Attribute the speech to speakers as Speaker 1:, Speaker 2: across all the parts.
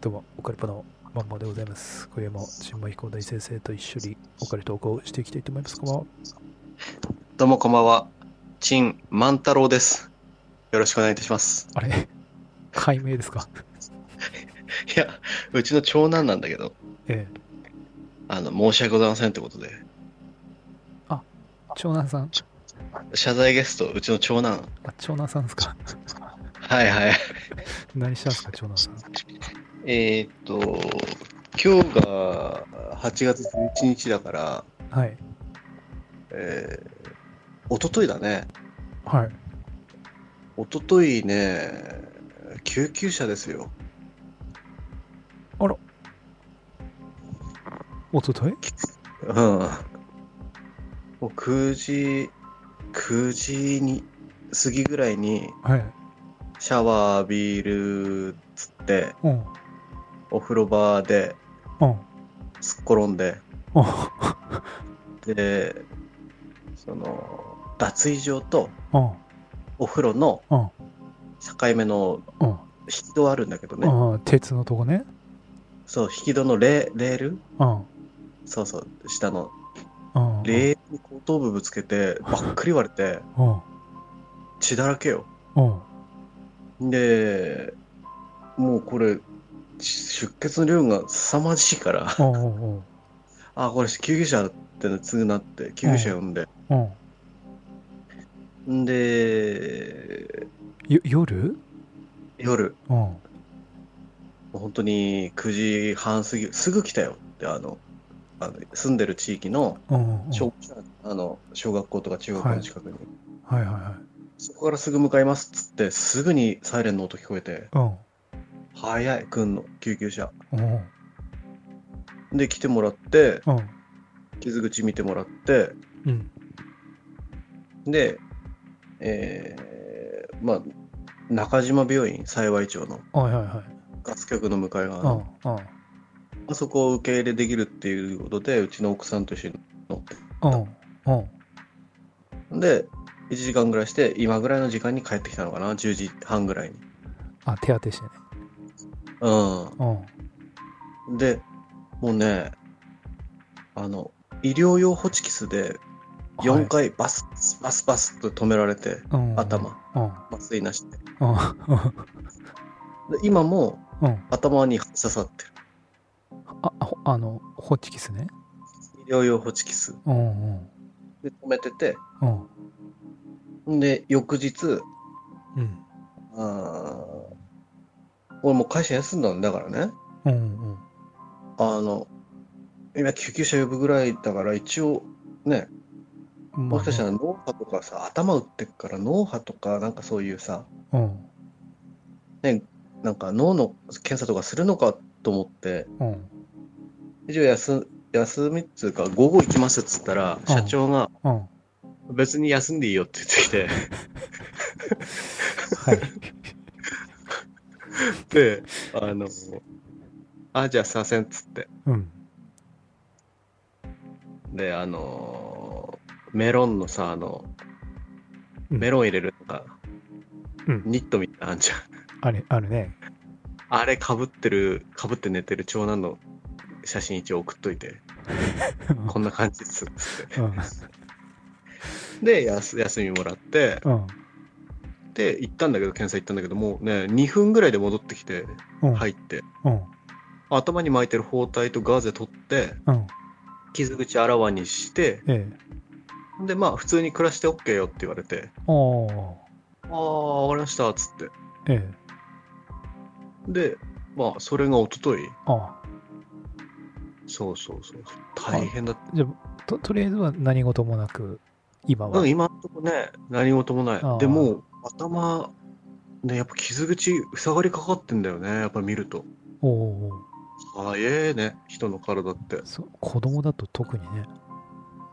Speaker 1: どうも、オカルパのまんまでございます。今夜も新米飛行大先生と一緒にオカル投稿していきたいと思います。こんばんは。
Speaker 2: どうもこんばんは。陳万太郎です。よろしくお願いいたします。
Speaker 1: あれ 解明ですか
Speaker 2: いや、うちの長男なんだけど、
Speaker 1: え
Speaker 2: あの、申し訳ございませんってことで、
Speaker 1: え。長男さん
Speaker 2: 謝罪ゲスト、うちの長男。
Speaker 1: あ、長男さんですか
Speaker 2: はいはい。
Speaker 1: 何したんですか、長男さん。
Speaker 2: えーっと、今日が8月11日だから、
Speaker 1: はい。
Speaker 2: えー、おとといだね。
Speaker 1: はい。
Speaker 2: おとといね、救急車ですよ。
Speaker 1: おととい
Speaker 2: うん。もう9時、9時に、過ぎぐらいに、
Speaker 1: はい。
Speaker 2: シャワー浴びるっつって、
Speaker 1: うん。
Speaker 2: お風呂場で
Speaker 1: うん。
Speaker 2: すっ転んで、
Speaker 1: うん。
Speaker 2: で、その、脱衣場と
Speaker 1: うん。
Speaker 2: お風呂の
Speaker 1: うん
Speaker 2: 境目の
Speaker 1: うん。
Speaker 2: 引き戸あるんだけどね、
Speaker 1: うん。鉄のとこね。
Speaker 2: そう、引き戸のレレール
Speaker 1: うん。
Speaker 2: そうそう、下の
Speaker 1: うん。
Speaker 2: レールに後頭部ぶつけて、ばっくり割れて、
Speaker 1: うん。
Speaker 2: 血だらけよ。
Speaker 1: うん。
Speaker 2: で、もうこれ、出血の量が凄まじいから、
Speaker 1: うん。うん。
Speaker 2: あ、これ救急車ってのすぐなって、救急車呼んで、
Speaker 1: うん。
Speaker 2: んで、
Speaker 1: よ夜
Speaker 2: 夜、
Speaker 1: うん。
Speaker 2: もう本当に9時半過ぎ、すぐ来たよって、あの、あの住んでる地域の
Speaker 1: うん。うん
Speaker 2: 小,、あの小学校とか中学校の近くに、
Speaker 1: はいはいはい。
Speaker 2: そこからすぐ向かいますっつって、すぐにサイレンの音聞こえて、
Speaker 1: うん。
Speaker 2: 早い、来んの、救急車。
Speaker 1: うん。
Speaker 2: で、来てもらって、
Speaker 1: うん。
Speaker 2: 傷口見てもらって、
Speaker 1: うん。
Speaker 2: で、えー、まあ、中島病院、幸い町の
Speaker 1: はいはいはい。
Speaker 2: ガス局の向かい側
Speaker 1: う
Speaker 2: の
Speaker 1: ん。うん。
Speaker 2: あそこを受け入れできるっていうことで、うちの奥さんと一緒に乗って。
Speaker 1: うん。うん。
Speaker 2: で、1時間ぐらいして、今ぐらいの時間に帰ってきたのかな、10時半ぐらいに。
Speaker 1: あ、手当てしてね。
Speaker 2: う
Speaker 1: うん。
Speaker 2: ん。で、もうね、あの、医療用ホチキスで4
Speaker 1: はい
Speaker 2: 回バス、バスバスと止められて、
Speaker 1: うん
Speaker 2: 頭、
Speaker 1: うん。
Speaker 2: 麻酔なしで。で
Speaker 1: うん。
Speaker 2: 今も
Speaker 1: うん。
Speaker 2: 頭に刺さってる。
Speaker 1: あ、あほあの、ホッチキスね。
Speaker 2: 医療用ホチキス
Speaker 1: うんうん。
Speaker 2: で止めてて、
Speaker 1: うん。
Speaker 2: で、翌日、
Speaker 1: うん。
Speaker 2: あー俺もう会社休んだんだからね。
Speaker 1: うんうん。
Speaker 2: あの、今救急車呼ぶぐらいだから一応ね、
Speaker 1: まあ
Speaker 2: もしかしたら脳波とかさ、頭打ってっから脳波とかなんかそういうさ、
Speaker 1: うん。
Speaker 2: ね、なんか脳の検査とかするのかと思って、
Speaker 1: うん。
Speaker 2: 一応休休みっつうか午後行きますっつったら、
Speaker 1: うん
Speaker 2: 社長が
Speaker 1: うん。は
Speaker 2: 別に休んでいいよって言ってきて、
Speaker 1: い。
Speaker 2: で、あの、あ、じゃあさせんっつって。
Speaker 1: うん。
Speaker 2: で、あのーメロンのさ、あの、
Speaker 1: うん
Speaker 2: メロン入れるとか、
Speaker 1: うん
Speaker 2: ニットみたいなのあんじゃん。
Speaker 1: あれ、あるね。
Speaker 2: あれかぶってる、かぶって寝てる長男の写真一応送っといて、
Speaker 1: うん
Speaker 2: こんな感じっす。つっ
Speaker 1: うん。
Speaker 2: てで、休休みもらって、
Speaker 1: うん。
Speaker 2: で、行ったんだけど、検査行ったんだけど、もうね、2分ぐらいで戻ってきて、
Speaker 1: うん。
Speaker 2: 入って、
Speaker 1: うん。
Speaker 2: 頭に巻いてる包帯とガーゼ取って、
Speaker 1: うん。
Speaker 2: 傷口あらわにして、
Speaker 1: ええ。
Speaker 2: で、まあ、普通に暮らして OK よって言われて、
Speaker 1: おー。
Speaker 2: ああ、わかりました、つって。
Speaker 1: ええ。
Speaker 2: で、まあ、それが一昨日
Speaker 1: あ
Speaker 2: そうそうそう。大変だった。
Speaker 1: じゃあと、とりあえずは何事もなく、今
Speaker 2: う
Speaker 1: は
Speaker 2: ん、。今んとこね、何事もな
Speaker 1: あー
Speaker 2: い。でも、頭、ね、やっぱ傷口、塞がりかかってんだよね、やっぱ見ると。
Speaker 1: おお。
Speaker 2: 早えね、人の体って。
Speaker 1: そう子供だと特にね。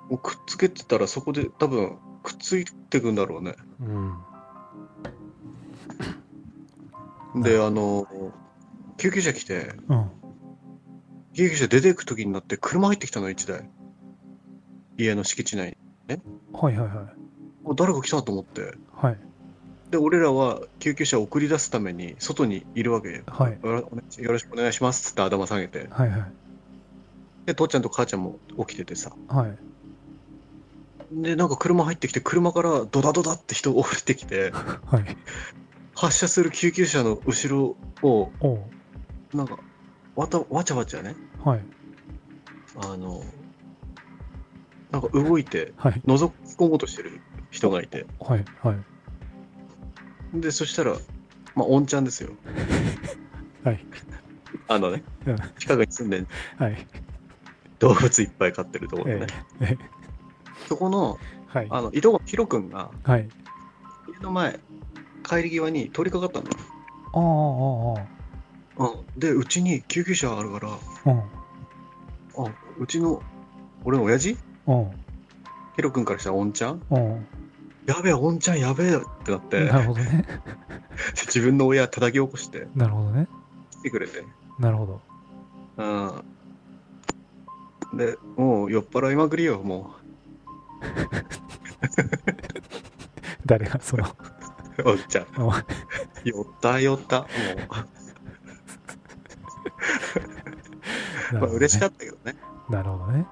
Speaker 2: もうくっつけてたら、そこで多分、くっついてくんだろうね。
Speaker 1: うん。
Speaker 2: で、あの、救急車来て、
Speaker 1: うん。
Speaker 2: 救急車出てく時になって、車入ってきたの、一台。家の敷地内に。
Speaker 1: はいはいはい。
Speaker 2: もう誰か来たと思って、
Speaker 1: はい。
Speaker 2: で、俺らは救急車を送り出すために外にいるわけよ。
Speaker 1: はい
Speaker 2: よろお願いしよろしくお願いしますっつって頭下げて。
Speaker 1: はいはい
Speaker 2: で、父ちゃんと母ちゃんも起きててさ。
Speaker 1: はい
Speaker 2: で、なんか車入ってきて、車からドダドダって人降りてきて、
Speaker 1: はい
Speaker 2: 発車する救急車の後ろを、
Speaker 1: おう
Speaker 2: なんか、わた、わちゃわちゃね、
Speaker 1: はい
Speaker 2: あの、なんか動いて、
Speaker 1: はい
Speaker 2: 覗き込もうとしてる人がいて。
Speaker 1: はいはい
Speaker 2: で、そしたら、まあ、おんちゃんですよ。
Speaker 1: はい。
Speaker 2: あのね
Speaker 1: うん、
Speaker 2: 近くに住んでん
Speaker 1: はい
Speaker 2: 動物いっぱい飼ってるところね。
Speaker 1: ええ
Speaker 2: そこの、
Speaker 1: はい
Speaker 2: あの、いとこのヒロ君が、
Speaker 1: はい
Speaker 2: 家の前、帰り際に通りかかったのよ
Speaker 1: ああああ
Speaker 2: うん、で、うちに救急車あるから、あ
Speaker 1: ああ
Speaker 2: うちの、俺の親父
Speaker 1: うん
Speaker 2: ヒロ君からしたらおんちゃん
Speaker 1: うんうん
Speaker 2: やべえ、おんちゃんやべえって なって、
Speaker 1: なるほどね
Speaker 2: 自分の親叩き起こして
Speaker 1: なるほどね
Speaker 2: 来てくれて。
Speaker 1: なるほど
Speaker 2: うん。で、もう酔っ払いまくりよ、も
Speaker 1: 誰がその
Speaker 2: う。 おんちゃん
Speaker 1: お。
Speaker 2: 酔った酔った。もう、まあ嬉しか
Speaker 1: っ
Speaker 2: ったけどね。
Speaker 1: たなるほどね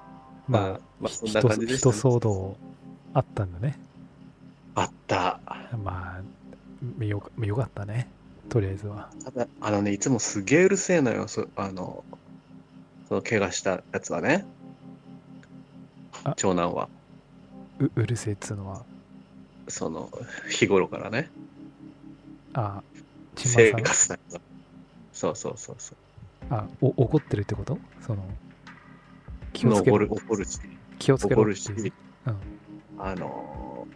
Speaker 1: まあ
Speaker 2: まあ、まあ、そん
Speaker 1: 人
Speaker 2: な感じでした、
Speaker 1: 人
Speaker 2: ね。
Speaker 1: 騒動あったんだね
Speaker 2: あった。
Speaker 1: まあよかよかったねとりあえずは
Speaker 2: ただ、あのね、いつもすげえうるせえのよ、そあの、その怪我したやつはね
Speaker 1: あ。
Speaker 2: 長男は。
Speaker 1: ううるせえっつうのは
Speaker 2: その、日頃からね。
Speaker 1: あちんま
Speaker 2: 生
Speaker 1: さん
Speaker 2: 活だからそうそうそうそう。
Speaker 1: あお怒ってるってことその気をつけ
Speaker 2: 怒
Speaker 1: ろ
Speaker 2: る、怒るし、
Speaker 1: 気をつけろ
Speaker 2: 怒
Speaker 1: っ
Speaker 2: る
Speaker 1: ていう
Speaker 2: し、
Speaker 1: うん
Speaker 2: あの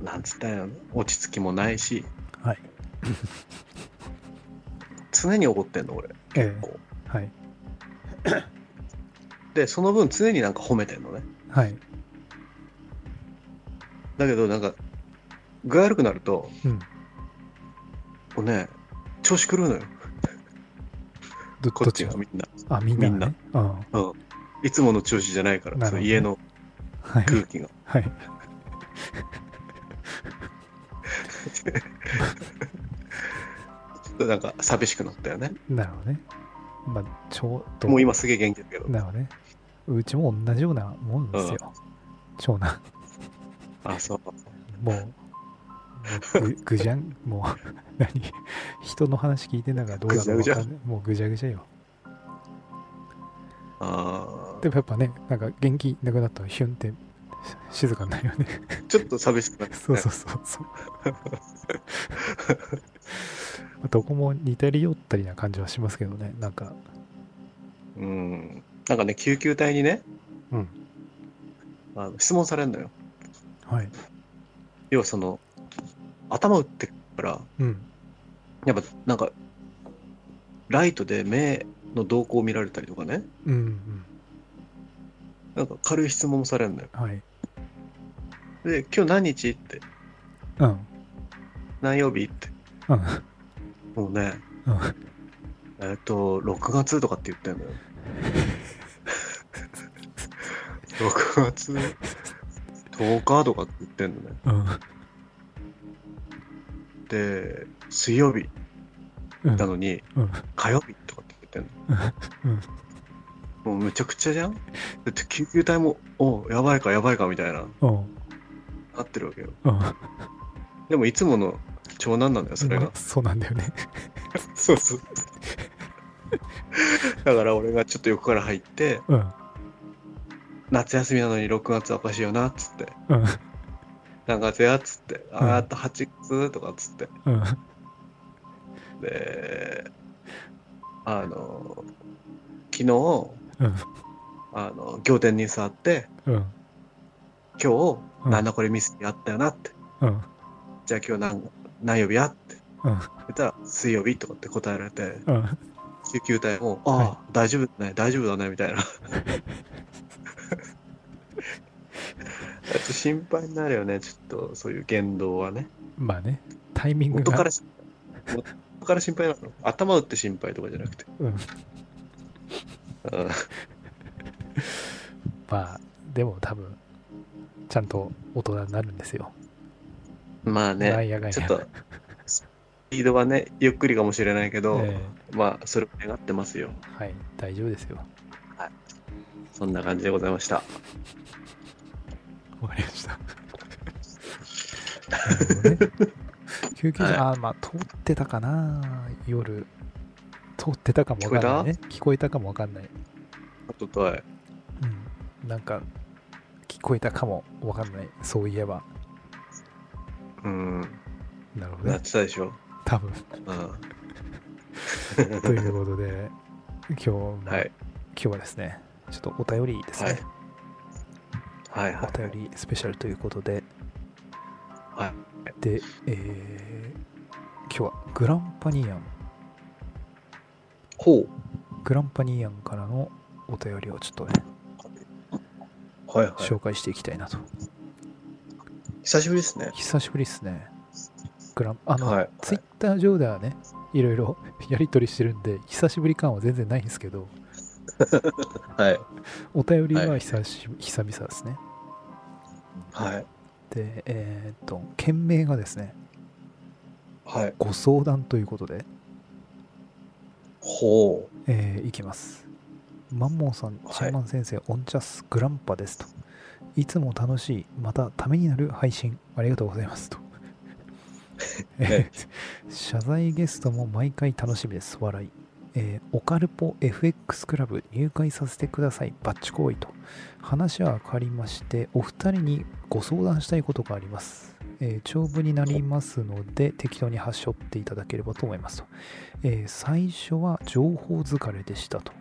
Speaker 2: ー、なんつったんやろ、落ち着きもないし、
Speaker 1: はい
Speaker 2: 常に怒ってんの、俺。
Speaker 1: ええ
Speaker 2: こう
Speaker 1: はい
Speaker 2: で、その分常になんか褒めてんのね。
Speaker 1: はい
Speaker 2: だけど、なんか、具合悪くなると、
Speaker 1: うん
Speaker 2: こうね、調子狂うのよ、
Speaker 1: ど
Speaker 2: こ
Speaker 1: ど
Speaker 2: っち
Speaker 1: が
Speaker 2: がみんな。
Speaker 1: あみんな,、ね、
Speaker 2: みんな
Speaker 1: うん
Speaker 2: いつもの調子じゃないから、
Speaker 1: なるほど
Speaker 2: その
Speaker 1: ね
Speaker 2: 家の
Speaker 1: はい
Speaker 2: 空気が。
Speaker 1: はい
Speaker 2: ちょっとなんか寂しくなったよね。
Speaker 1: なるほどねまあちょうど
Speaker 2: もう今すげえ元気だけど。
Speaker 1: なるほどねうちも同じようなもんですよ、長男
Speaker 2: あ、そう。
Speaker 1: もう、ぐ ぐじゃん、もう、何、人の話聞いてんだからどうだろう
Speaker 2: ぐじゃ
Speaker 1: わか
Speaker 2: ぐじゃ
Speaker 1: んないもうぐじゃぐじゃよ。
Speaker 2: あ
Speaker 1: でもやっぱね、なんか元気なくなったらヒュンってし静かになるよ ね。
Speaker 2: ーちょっと寂しくなった、ね。
Speaker 1: そうそうそう そう。どこも似たり寄ったりな感じはしますけどね、なんか、
Speaker 2: うん。なんかね、救急隊にね、
Speaker 1: うん
Speaker 2: あの質問されるのよ。
Speaker 1: はい。
Speaker 2: 要はその、頭打ってから、
Speaker 1: うん。
Speaker 2: やっぱなんか、ライトで目の動向を見られたりとかね、
Speaker 1: うんうん。
Speaker 2: なんか軽い質問もされるのよ。
Speaker 1: はい。
Speaker 2: で、今日何日って、
Speaker 1: うん。
Speaker 2: 何曜日って、
Speaker 1: うん。
Speaker 2: もうね、
Speaker 1: うん
Speaker 2: えっと、6月とかって言ってんのよ。6月10日とかって言ってんのね。
Speaker 1: うん。
Speaker 2: で、水曜日
Speaker 1: うん。
Speaker 2: なのに、
Speaker 1: うん
Speaker 2: 火曜日とかって言ってんの。もうむちゃくちゃじゃんだって救急隊も、おうやばいかやばいかみたいな、
Speaker 1: うん。
Speaker 2: なってるわけよ。
Speaker 1: うん。
Speaker 2: でもいつもの長男なんだよ、それ
Speaker 1: ま
Speaker 2: が
Speaker 1: あ。そうなんだよね。
Speaker 2: そうそう。 だから俺がちょっと横から入って、
Speaker 1: うん。
Speaker 2: 夏休みなのに6月はおかしいよな、っつって。
Speaker 1: うん。
Speaker 2: 何月やっつって、
Speaker 1: うん
Speaker 2: ああと8月とかっつって。
Speaker 1: うん。
Speaker 2: で、あの、昨日、
Speaker 1: うん。
Speaker 2: あの、仰天ニュースあって、
Speaker 1: うん。
Speaker 2: 今
Speaker 1: う
Speaker 2: 日、
Speaker 1: ん
Speaker 2: なんだこれミスやったよなって。
Speaker 1: うん。
Speaker 2: じゃあ今日何、何曜日やって。
Speaker 1: うん。
Speaker 2: 言ったら、水曜日とかって答えられて、
Speaker 1: うん。
Speaker 2: 救急隊も、ああ、
Speaker 1: は
Speaker 2: 大丈夫だね、大丈夫だね、みたいな。ちょっと心配になるよね、ちょっと、そういう言動はね。
Speaker 1: まあね、タイミング
Speaker 2: 元か
Speaker 1: が
Speaker 2: らし、元から心配なの。頭打って心配とかじゃなくて。
Speaker 1: うん
Speaker 2: うん
Speaker 1: まあでも多分ちゃんと大人になるんですよ。
Speaker 2: ま
Speaker 1: な
Speaker 2: あ
Speaker 1: ん
Speaker 2: ね、
Speaker 1: やかんや
Speaker 2: ちょっと、ピードはね、ゆっくりかもしれないけど、
Speaker 1: え
Speaker 2: まあ、それを願ってますよ。
Speaker 1: えはい、大丈夫ですよ。
Speaker 2: そんな感じでございました。
Speaker 1: わかりました。なるほどね、救急車、
Speaker 2: はい
Speaker 1: あーまあ、通ってたかな、夜。通ってたかもわかんないね。聞こえたかもわかんない。
Speaker 2: あととは、
Speaker 1: うん、なんか、聞こえたかもわかんない。そういえば。
Speaker 2: うん、
Speaker 1: なるほど
Speaker 2: なっ
Speaker 1: ね。
Speaker 2: てたでしょ。
Speaker 1: 多 分。
Speaker 2: うん。
Speaker 1: ということで、今日、まあ
Speaker 2: はい。
Speaker 1: 今日はですね、ちょっとお便りですね。
Speaker 2: はいはい。
Speaker 1: お便りスペシャルということで、
Speaker 2: はい。
Speaker 1: で、えー今日はグランパニーアン、
Speaker 2: ほ
Speaker 1: グランパニーアンからのお便りをちょっとね、
Speaker 2: う。はいはい。
Speaker 1: 紹介していきたいなと。
Speaker 2: 久しぶりですね。
Speaker 1: 久しぶりですね。グランあの、
Speaker 2: はい。
Speaker 1: ツイッター上ではね、いろいろ やり取りしてるんで、久しぶり感は全然ないんですけど、
Speaker 2: はい。
Speaker 1: お便りは
Speaker 2: はい
Speaker 1: 久し、久々ですね。
Speaker 2: はい。
Speaker 1: で、えーっと、件名がですね、
Speaker 2: はい。
Speaker 1: ご相談ということで、
Speaker 2: ほう。
Speaker 1: えーいきます。マンモーさん、
Speaker 2: はい
Speaker 1: チーマン先生、オンチャスグランパですと。いつも楽しい、またためになる配信、ありがとうござい ますと。えー謝罪ゲストも毎回楽しみです、笑い。えーオカルポ FX クラブ入会させてください、バッチ行為と。話は変わりまして、お二人にご相談したいことがあります。えー長文になりますので、適当に端折っていただければと思いますと。えー最初は情報疲れでしたと。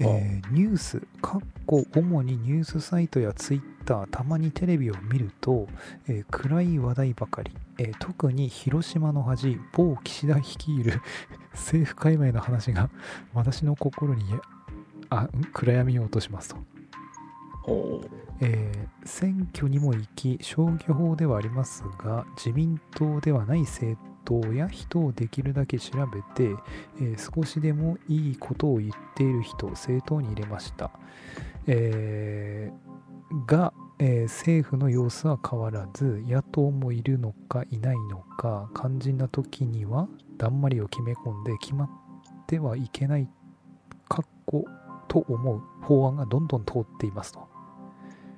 Speaker 1: えーニュース、かっこ主にニュースサイトやツイッター、たまにテレビを見ると、えー暗い話題ばかり、えー特に広島の恥、某岸田率いる 政府界隈の話が私の心にあん暗闇を落としますと。
Speaker 2: ほ
Speaker 1: えー選挙にも行き消去法ではありますが自民党ではない政党や人をできるだけ調べて、えー少しでもいいことを言っている人を政党に入れました、えーが、えー政府の様子は変わらず野党もいるのかいないのか肝心な時にはだんまりを決め込んで決まってはいけないかっこと思う法案がどんどん通っていますと。
Speaker 2: う。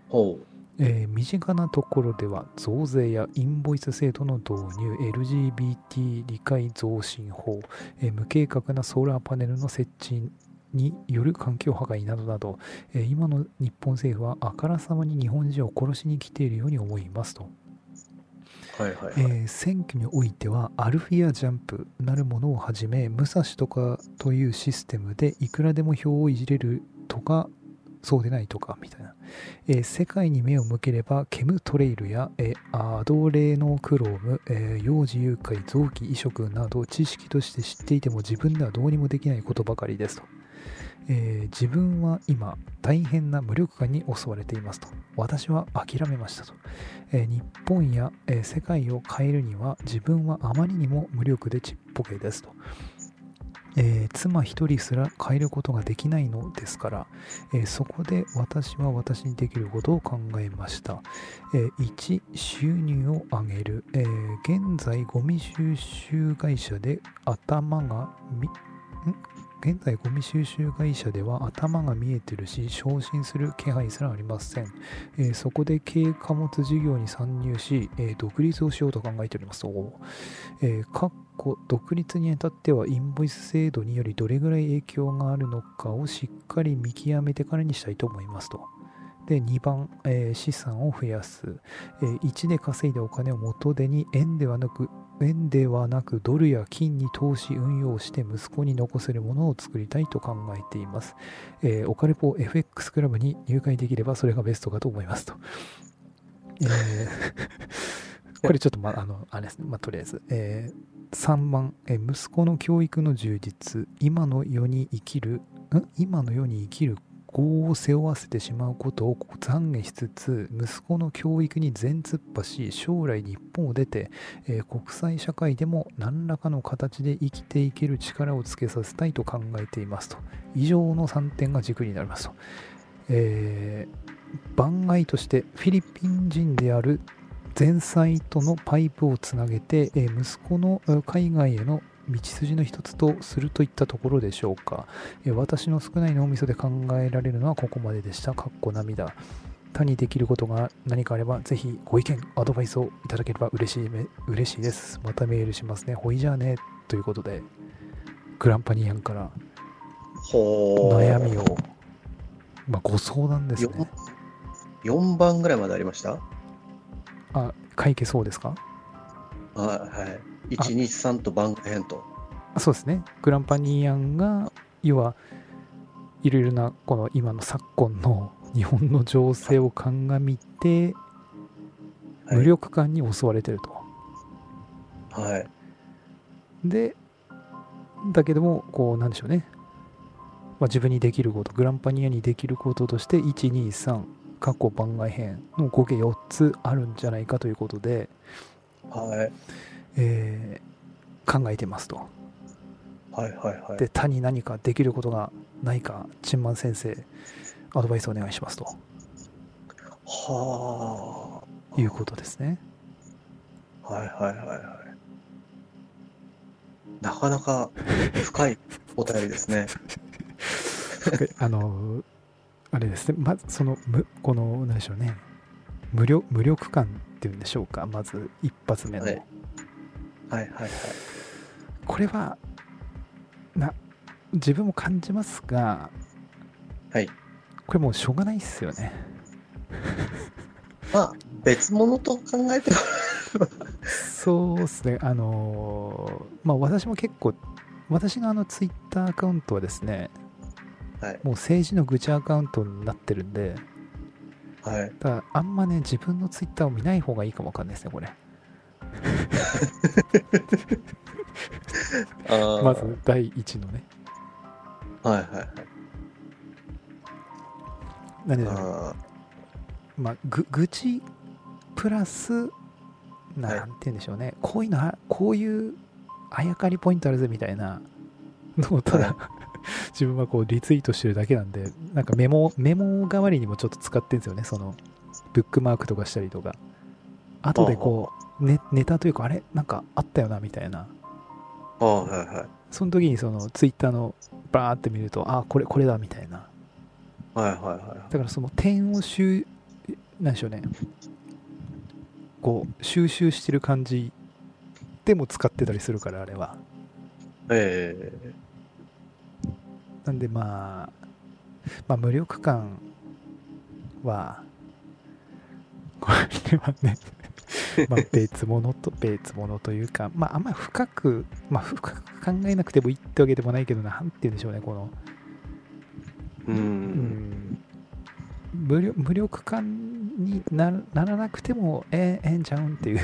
Speaker 2: ほう。
Speaker 1: えー身近なところでは増税やインボイス制度の導入 LGBT 理解増進法、えー無計画なソーラーパネルの設置による環境破壊などなど、えー今の日本政府はあからさまに日本人を殺しに来ているように思いますと。
Speaker 2: はいはいはい。
Speaker 1: えー選挙においてはアルフィアジャンプなるものをはじめ武蔵とかというシステムでいくらでも票をいじれるとかそうでないとかみたいな、えー世界に目を向ければケムトレイルや、えーアドレノクローム、えー幼児誘拐臓器移植など知識として知っていても自分ではどうにもできないことばかりですと、えー自分は今大変な無力感に襲われていますと私は諦めましたとえー日本や、えー世界を変えるには自分はあまりにも無力でちっぽけですと、えー妻一人すら変えることができないのですから、えーそこで私は私にできることを考えました、え1収入を上げる、えー現在ゴミ収集会社で頭がみん現在ゴミ収集会社では頭が見えてるし昇進する気配すらありませんえーそこで軽貨物事業に参入し、えー独立をしようと考えております。おーえーかっこ独立にあたってはインボイス制度によりどれぐらい影響があるのかをしっかり見極めてからにしたいと思いますと。で2番、えー資産を増やす、え1で稼いだお金を元手に円ではなく円ではなくドルや金に投資運用して息子に残せるものを作りたいと考えていますえーオカルポ FX クラブに入会できればそれがベストかと思いますと。えーこれちょっとまああのあれですね、まあ、とりあえず、えー3番、えー息子の教育の充実今の世に生きるん今の世に生きる業を背負わせてしまうことを懺悔しつつ息子の教育に全突破し将来日本を出て、えー国際社会でも何らかの形で生きていける力をつけさせたいと考えていますと以上の3点が軸になりますと、えー番外としてフィリピン人である前妻とのパイプをつなげて、えー息子のえー海外への道筋の一つとするといったところでしょうか、えー私の少ない脳みそで考えられるのはここまででしたかっこ涙他にできることが何かあればぜひご意見アドバイスをいただければ嬉しいめ嬉しいですまたメールしますねほいじゃあねということでグランパニアンから
Speaker 2: ほう。
Speaker 1: 悩みを、まあ、ご相談ですね
Speaker 2: よ4番ぐらいまでありました
Speaker 1: あ解決そうですか
Speaker 2: あはい。1、2、3と番外編と。
Speaker 1: あそうですねグランパニアンが要はいろいろなこの今の昨今の日本の情勢を鑑みて
Speaker 2: はい
Speaker 1: 無力感に襲われてると、
Speaker 2: はい。
Speaker 1: でだけどもこうなんでしょうね、まあ、自分にできることグランパニアにできることとして123過去番外編の合計4つあるんじゃないかということで、
Speaker 2: はい。
Speaker 1: えー考えてますと
Speaker 2: はいはいはい。
Speaker 1: で他に何かできることがないかチンマン先生アドバイスお願いしますと
Speaker 2: は
Speaker 1: いうことですね
Speaker 2: あ。はいはいはいはい。なかなか深いお便りです ね。
Speaker 1: あのあれですねまずそのむこの何でしょうね無力無力感っていうんでしょうかまず一発目の、
Speaker 2: はいはいはいはい。
Speaker 1: これはな自分も感じますが
Speaker 2: はい
Speaker 1: これもうしょうがないっすよね
Speaker 2: まあ、別物と考えても
Speaker 1: そうですね、あのーまあ、私も結構、私があのツイッターアカウントはですね、
Speaker 2: はい
Speaker 1: もう政治の愚痴アカウントになってるんで、
Speaker 2: はい。
Speaker 1: だからあんまね、自分のツイッターを見ない方がいいかもわかんないですね、これ。
Speaker 2: あー
Speaker 1: まず第一のね。
Speaker 2: はいはいはい。
Speaker 1: なんでだろう
Speaker 2: あ
Speaker 1: まあ、ぐ愚痴プラス、な
Speaker 2: はい
Speaker 1: なんて言うんでしょうね、こういうのは、こういうあやかりポイントあるぜみたいなのをただ、 自分はこうリツイートしてるだけなんで、なんかメモ、メモ代わりにもちょっと使ってんですよね、その、ブックマークとかしたりとか。後でこう、ね、ネタというか、あれなんかあったよな、みたいな。
Speaker 2: あー、はいはい。
Speaker 1: その時にそのツイッターのバーって見ると、あ、これ、これだ、みたいな。
Speaker 2: はいはいは。
Speaker 1: だからその点を収なんでしょうねこう収集してる感じでも使ってたりするからあれはい
Speaker 2: ええ
Speaker 1: なんでまあまあ無力感はこれはね まあ別物と別物というかまああんまり深くまあ深く考えなくてもいいってわけでもないけどなんて言うんでしょうねこの
Speaker 2: う。
Speaker 1: うんん無力無力感にならならなくてもええええんちゃうんっていう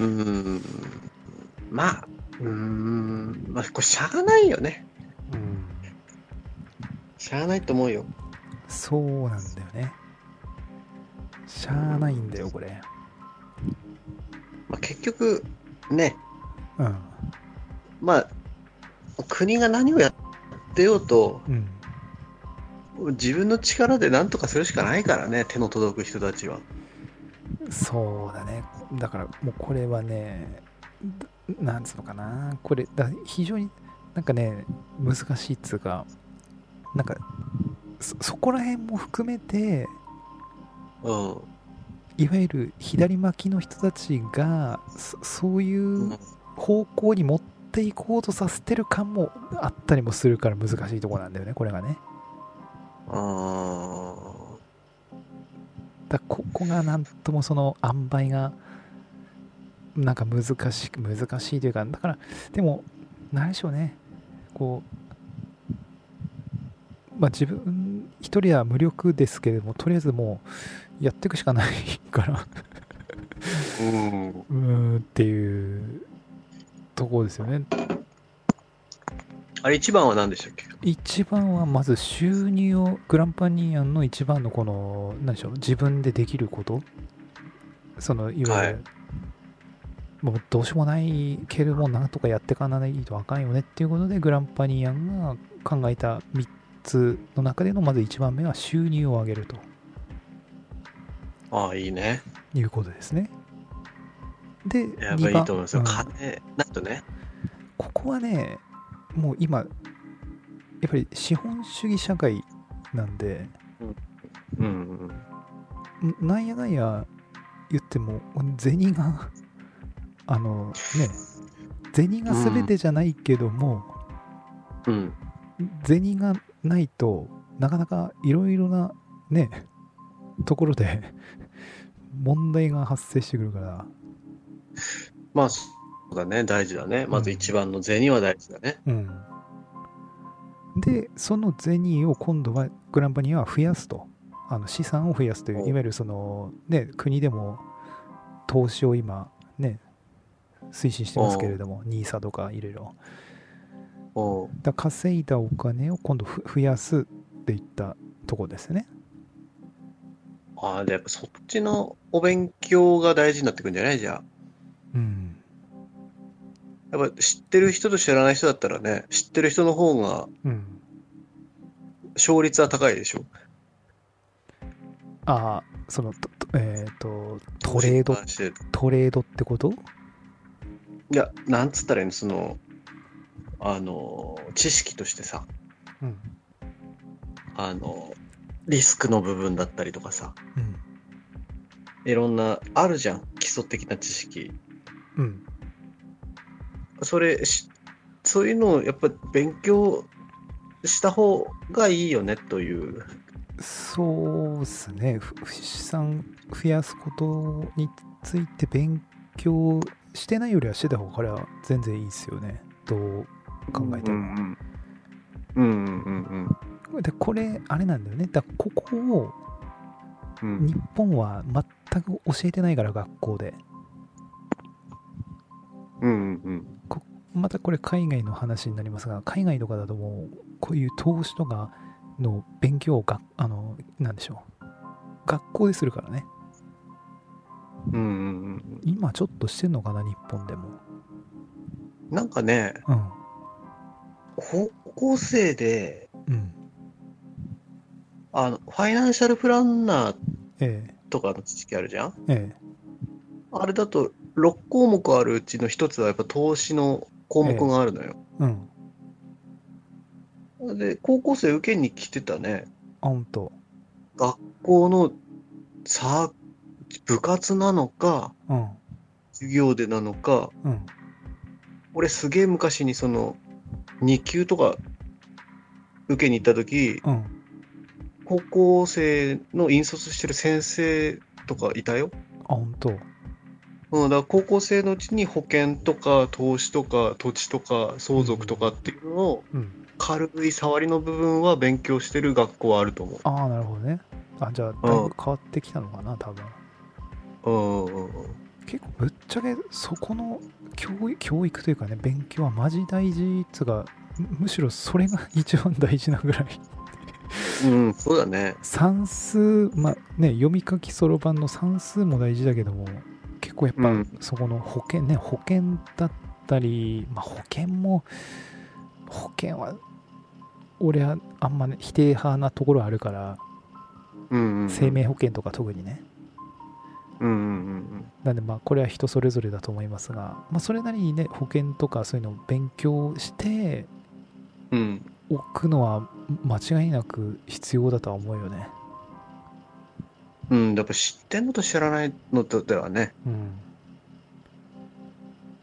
Speaker 2: うん。まあ、うん。まあ、これ、しゃがないよね。しゃがないと思うよ。
Speaker 1: そうなんだよねしゃあないんだよこれ
Speaker 2: まあ、結局、ね、
Speaker 1: うん
Speaker 2: まあ、国が何をやってようと、
Speaker 1: うん
Speaker 2: 自分の力で何とかするしかないからね、手の届く人たちは。
Speaker 1: そうだねだからもうこれはねななんつうのかなこれだ非常になんかね難しいっつうかなんかそそこら辺も含めて
Speaker 2: うん。
Speaker 1: いわゆる左巻きの人たちがそそういううん方向に持っていこうとさせてる感もあったりもするから難しいところなんだよねこれがね
Speaker 2: あ
Speaker 1: だここがなんともその塩梅がなんか難しく難しいというかだからでも何でしょうねこうまあ自分一人は無力ですけれどもとりあえずもうやっていくしかないから
Speaker 2: ーうん。
Speaker 1: うーんっていうところですよね
Speaker 2: あれ、一番は何でしたっけ
Speaker 1: 一番はまず収入をグランパニアンの一番のこの何でしょう自分でできることそのいわゆる、
Speaker 2: はい
Speaker 1: もうどうしようもないけれどもなんとかやってかないとあかんよねっていうことでグランパニアンが考えた3つの中でのまず1番目は収入を上げると
Speaker 2: ああ、いいね。
Speaker 1: いうことですね。で、
Speaker 2: やっぱ
Speaker 1: 2
Speaker 2: いい
Speaker 1: 番
Speaker 2: と思いますよ。
Speaker 1: うん
Speaker 2: 金ないとね。
Speaker 1: ここはね、もう今、やっぱり資本主義社会なんで、
Speaker 2: うんうん。
Speaker 1: んなんやなんや言っても、銭が、 あのね、銭が全てじゃないけども、
Speaker 2: うん。
Speaker 1: 銭がないとなかなかいろいろなね、ところで 問題が発生してくるから、
Speaker 2: まあ、そうだね。大事だね。まず
Speaker 1: うん
Speaker 2: 一番の銭は大事だね。
Speaker 1: うん。で、その銭を今度はグランパニーは増やすと。あの資産を増やすという、
Speaker 2: お
Speaker 1: いわゆるその、ね、国でも投資を今、ね、推進してますけれども、NISA とかいろいろ。
Speaker 2: おう
Speaker 1: だから稼いだお金を今度ふ増やすっていったとこですね。
Speaker 2: ああ、で、やっぱそっちのお勉強が大事になってくるんじゃないじゃ
Speaker 1: うん。
Speaker 2: あ。やっぱ知ってる人と知らない人だったらね、知ってる人の方が
Speaker 1: うん。
Speaker 2: 勝率は高いでしょ。
Speaker 1: ああ、その、ととえっ、と、トレード、
Speaker 2: 投資してる
Speaker 1: トレードってこと
Speaker 2: いや、なんつったらいいの、その、あの、知識としてさ、
Speaker 1: うん。
Speaker 2: あの、リスクの部分だったりとかさ、
Speaker 1: うん。
Speaker 2: いろんな、あるじゃん、基礎的な知識。
Speaker 1: うん。
Speaker 2: それ、しそういうのをやっぱ勉強した方がいいよねという。
Speaker 1: そうですね、ふ資産増やすことについて勉強してないよりはしてた方がこれは全然いいですよね、どう考えて
Speaker 2: う
Speaker 1: も。
Speaker 2: んうんうんうん
Speaker 1: で、これ、あれなんだよね、だからここを
Speaker 2: うんうん。
Speaker 1: 日本は全く教えてないから、学校で。
Speaker 2: うんうん
Speaker 1: またこれ、海外の話になりますが、海外とかだともう、こういう投資とかの勉強をが、あの、なんでしょう、学校でするからね、
Speaker 2: うんうんうん。
Speaker 1: 今ちょっとしてんのかな、日本でも。
Speaker 2: なんかね、
Speaker 1: うん、
Speaker 2: 高校生で、
Speaker 1: うん、
Speaker 2: あの、ファイナンシャルプランナー
Speaker 1: ええ、
Speaker 2: とかの知識あるじゃん
Speaker 1: ええ。
Speaker 2: あれだと6項目あるうちの1つはやっぱ投資の項目があるのよ。
Speaker 1: うん。
Speaker 2: で、高校生受けに来てたね、
Speaker 1: あ、ほんと。
Speaker 2: 学校のさ部活なのか、
Speaker 1: うん。
Speaker 2: 授業でなのか、
Speaker 1: うん。
Speaker 2: 俺すげえ昔にその2級とか受けに行った時、
Speaker 1: うん。
Speaker 2: 高校生の引率してる先生とかいたよ。
Speaker 1: あ、ほんと。
Speaker 2: うん、だから高校生のうちに保険とか投資とか土地とか相続とかっていうのを
Speaker 1: うん。
Speaker 2: 軽い触りの部分は勉強してる学校はあると思
Speaker 1: ああ、なるほどね。あ、じゃあ、だいぶ変わってきたのかな、多分。
Speaker 2: う。うんうんうんうん。
Speaker 1: 結構、ぶっちゃけ、そこの教育教育というかね、勉強はマジ大事っつうか、むむしろそれが一番大事なぐらい。
Speaker 2: うん、そうだね。
Speaker 1: 算数、まあね、読み書きそろばんの算数も大事だけども、結構やっぱ、
Speaker 2: うん
Speaker 1: そこの保険ね、保険だったり、まあ保険も、保険は、俺はあんまね、否定派なところあるから、
Speaker 2: うんうんうん。
Speaker 1: 生命保険とか特にね。
Speaker 2: うんうんうん
Speaker 1: なんでまあこれは人それぞれだと思いますが、まあ、それなりにね保険とかそういうのを勉強して
Speaker 2: うん。うん。
Speaker 1: おくのは間違いなく必要だとは思うよね。
Speaker 2: うん、やっぱ知ってんのと知らないのとではね、
Speaker 1: うん。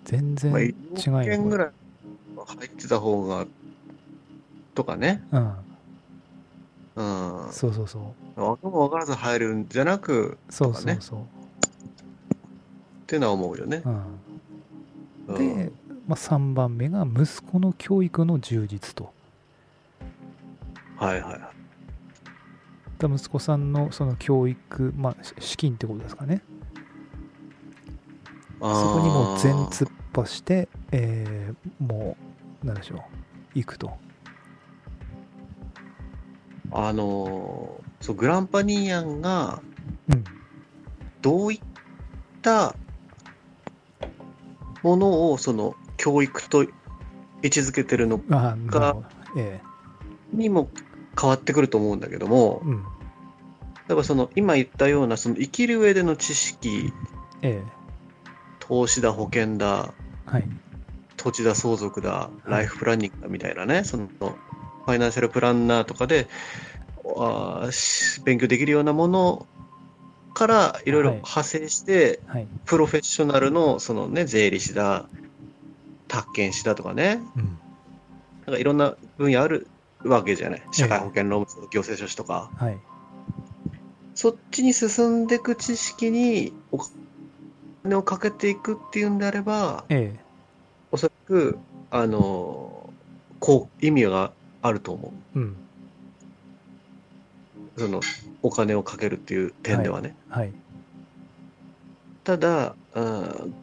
Speaker 1: 全然
Speaker 2: まあ、
Speaker 1: 違うよ、
Speaker 2: 件
Speaker 1: こ
Speaker 2: ぐ
Speaker 1: れ
Speaker 2: らいは入ってた方が、とかね。
Speaker 1: うん。
Speaker 2: うん。わ
Speaker 1: そうそうそう。
Speaker 2: けもわからず入るんじゃなく、
Speaker 1: そう
Speaker 2: と
Speaker 1: そ
Speaker 2: か
Speaker 1: う
Speaker 2: ね
Speaker 1: そう。
Speaker 2: ってのは思うよね。う
Speaker 1: うん、で
Speaker 2: ん、、
Speaker 1: まあ、3番目が息子の教育の充実と。
Speaker 2: はいはいはい。
Speaker 1: だから息子さんのその教育、まあ、し資金ってことですかね。そこにもう全突破して、えーもう、なんでしょう、行くと。
Speaker 2: あーあのーそう、グランパニーヤンが、
Speaker 1: うん。
Speaker 2: どういったものをその教育と位置づけてるの
Speaker 1: ああ、なるほど。ええ
Speaker 2: にも変わってくると思うんだけども、
Speaker 1: うん。
Speaker 2: だからその今言ったようなその生きる上での知識
Speaker 1: ええ
Speaker 2: 投資だ保険だ
Speaker 1: はい
Speaker 2: 土地だ相続だライフプランニングだみたいなねそのファイナンシャルプランナーとかであーし勉強できるようなものからいろいろ
Speaker 1: はい
Speaker 2: 派生して、
Speaker 1: はい
Speaker 2: プロフェッショナルのそのね税理士だ宅建士だとかね
Speaker 1: うん
Speaker 2: なんかいろんな分野あるわけじゃない社会保険労務士とか行政書士とか。
Speaker 1: はい
Speaker 2: そっちに進んでいく知識にお金をかけていくっていうんであれば、
Speaker 1: ええ
Speaker 2: おそらく、あの、こう、意味があると思
Speaker 1: うん
Speaker 2: う。その、お金をかけるっていう点ではね。
Speaker 1: はい
Speaker 2: ただ、うん、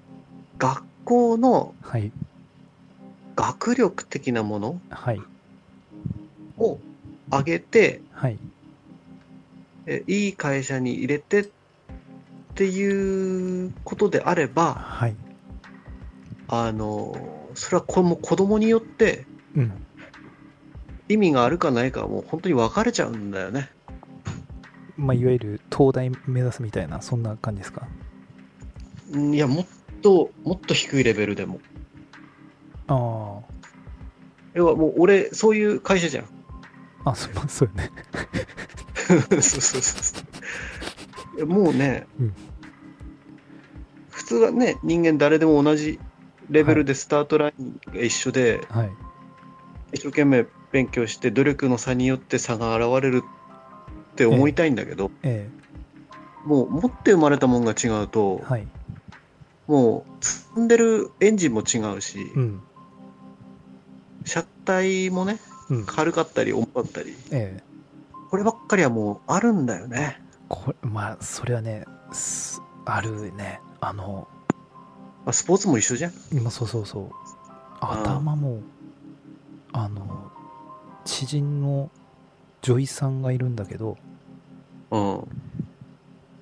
Speaker 2: 学校の
Speaker 1: はい
Speaker 2: 学力的なもの
Speaker 1: はい
Speaker 2: を上げて、
Speaker 1: はい
Speaker 2: えいい会社に入れてっていうことであれば、
Speaker 1: はい
Speaker 2: あの、それはこれも子供によって、
Speaker 1: うん
Speaker 2: 意味があるかないかはもう本当に分かれちゃうんだよね。
Speaker 1: まあいわゆる東大目指すみたいなそんな感じですか
Speaker 2: うんいや、もっと、もっと低いレベルでも。
Speaker 1: あ
Speaker 2: 要はもう俺、そういう会社じゃん。
Speaker 1: ああそうそうよね
Speaker 2: そうそうそうそういや。もうね、
Speaker 1: うん
Speaker 2: 普通はね、人間誰でも同じレベルでスタートラインが一緒で、
Speaker 1: はい
Speaker 2: 一生懸命勉強して努力の差によって差が現れるって思いたいんだけど、
Speaker 1: え
Speaker 2: もう持って生まれたもんが違うと、
Speaker 1: えはい
Speaker 2: もう積んでるエンジンも違うし、
Speaker 1: うん
Speaker 2: 車体もね、
Speaker 1: うん
Speaker 2: 軽かったり重かったり
Speaker 1: ええ
Speaker 2: こればっかりはもうあるんだよね
Speaker 1: これまあそれはねすあるねあの
Speaker 2: まあスポーツも一緒じゃん
Speaker 1: 今そうそうそう頭もあの知人の女医さんがいるんだけど
Speaker 2: うん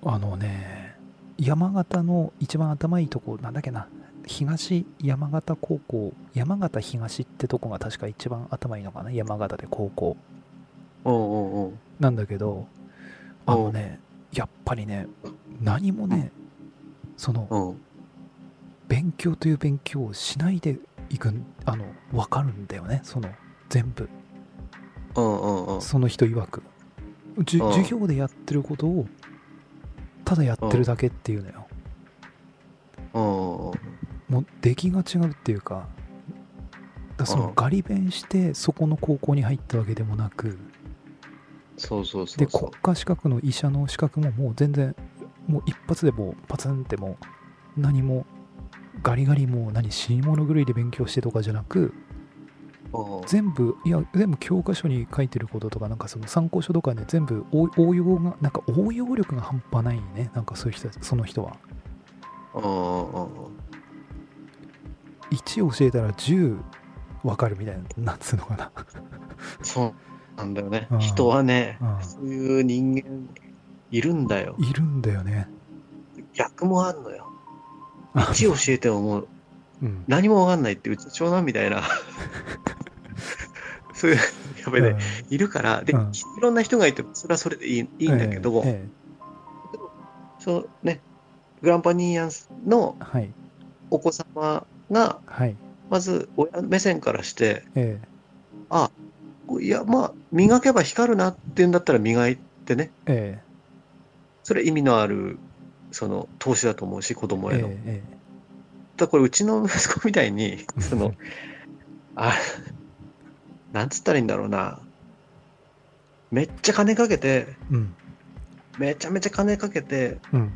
Speaker 1: あのね山形の一番頭いいとこなんだっけな東山形高校山形東ってとこが確か一番頭いいのかな山形で高校
Speaker 2: うんうんうん
Speaker 1: なんだけどあのねやっぱりね何もねその
Speaker 2: うん
Speaker 1: 勉強という勉強をしないでいくんあの分かるんだよねその全部
Speaker 2: うんうんうん
Speaker 1: その人曰くじゅ
Speaker 2: うん
Speaker 1: 授業でやってることをただやってるだけっていうのよ
Speaker 2: うんうん
Speaker 1: もう出来が違うっていうかだからそうの
Speaker 2: ん
Speaker 1: ガリ勉してそこの高校に入ったわけでもなく
Speaker 2: そうそうそ
Speaker 1: で
Speaker 2: うそ
Speaker 1: 国家資格の医者の資格ももう全然もう一発でもうパツンってもう何もガリガリもう何死に物狂いで勉強してとかじゃなく
Speaker 2: ううん
Speaker 1: 全部いや全部教科書に書いてることとかなんかその参考書とかね全部応応用がなんか応用力が半端ないねなんかそういう人たちその人は
Speaker 2: うんうんうん
Speaker 1: 1教えたら10わかるみたいななんつうのかな
Speaker 2: そうなんだよね
Speaker 1: うん
Speaker 2: 人はね
Speaker 1: うん
Speaker 2: そういう人間いるんだよ
Speaker 1: いるんだよね
Speaker 2: 逆もあんのよ
Speaker 1: あ
Speaker 2: 一教えてももう
Speaker 1: うん
Speaker 2: 何もわかんないってうちの長男みた いなそういうやばいね、
Speaker 1: うん
Speaker 2: いるからで、
Speaker 1: うん
Speaker 2: いろんな人がいてそれはそれでいいいいんだけど、
Speaker 1: えええ
Speaker 2: そうね、グランパニーヤンの
Speaker 1: えはい
Speaker 2: お子様が、
Speaker 1: はい
Speaker 2: まず親目線からして、
Speaker 1: え
Speaker 2: いや、まあ、磨けば光るなっていうんだったら磨いてね、
Speaker 1: ええ
Speaker 2: それ意味のある、その、投資だと思うし、子供
Speaker 1: え
Speaker 2: へ
Speaker 1: え
Speaker 2: の。
Speaker 1: え
Speaker 2: ただこれ、うちの息子みたいに、
Speaker 1: え
Speaker 2: その、あ、なんつったらいいんだろうな。めっちゃ金かけて、
Speaker 1: うん
Speaker 2: めちゃめちゃ金かけて、
Speaker 1: うん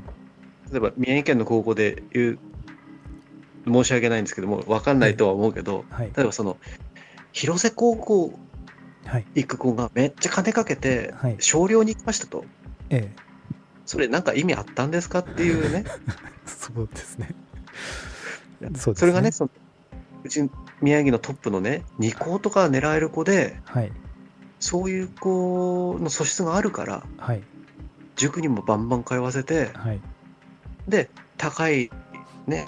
Speaker 2: 例えば宮城県の高校で言う、申し訳ないんですけども、わかんないとは思うけど、
Speaker 1: はい
Speaker 2: 例えばその広瀬高校
Speaker 1: はい
Speaker 2: 行く子がめっちゃ金かけて
Speaker 1: はい
Speaker 2: 少量に行きましたと、
Speaker 1: ええ
Speaker 2: それなんか意味あったんですかって いうね
Speaker 1: そうですね
Speaker 2: いや
Speaker 1: そうですね
Speaker 2: それがねそのうち宮城のトップのね2校とか狙える子で
Speaker 1: はい
Speaker 2: そういう子の素質があるから
Speaker 1: はい
Speaker 2: 塾にもバンバン通わせて
Speaker 1: はい
Speaker 2: で高いね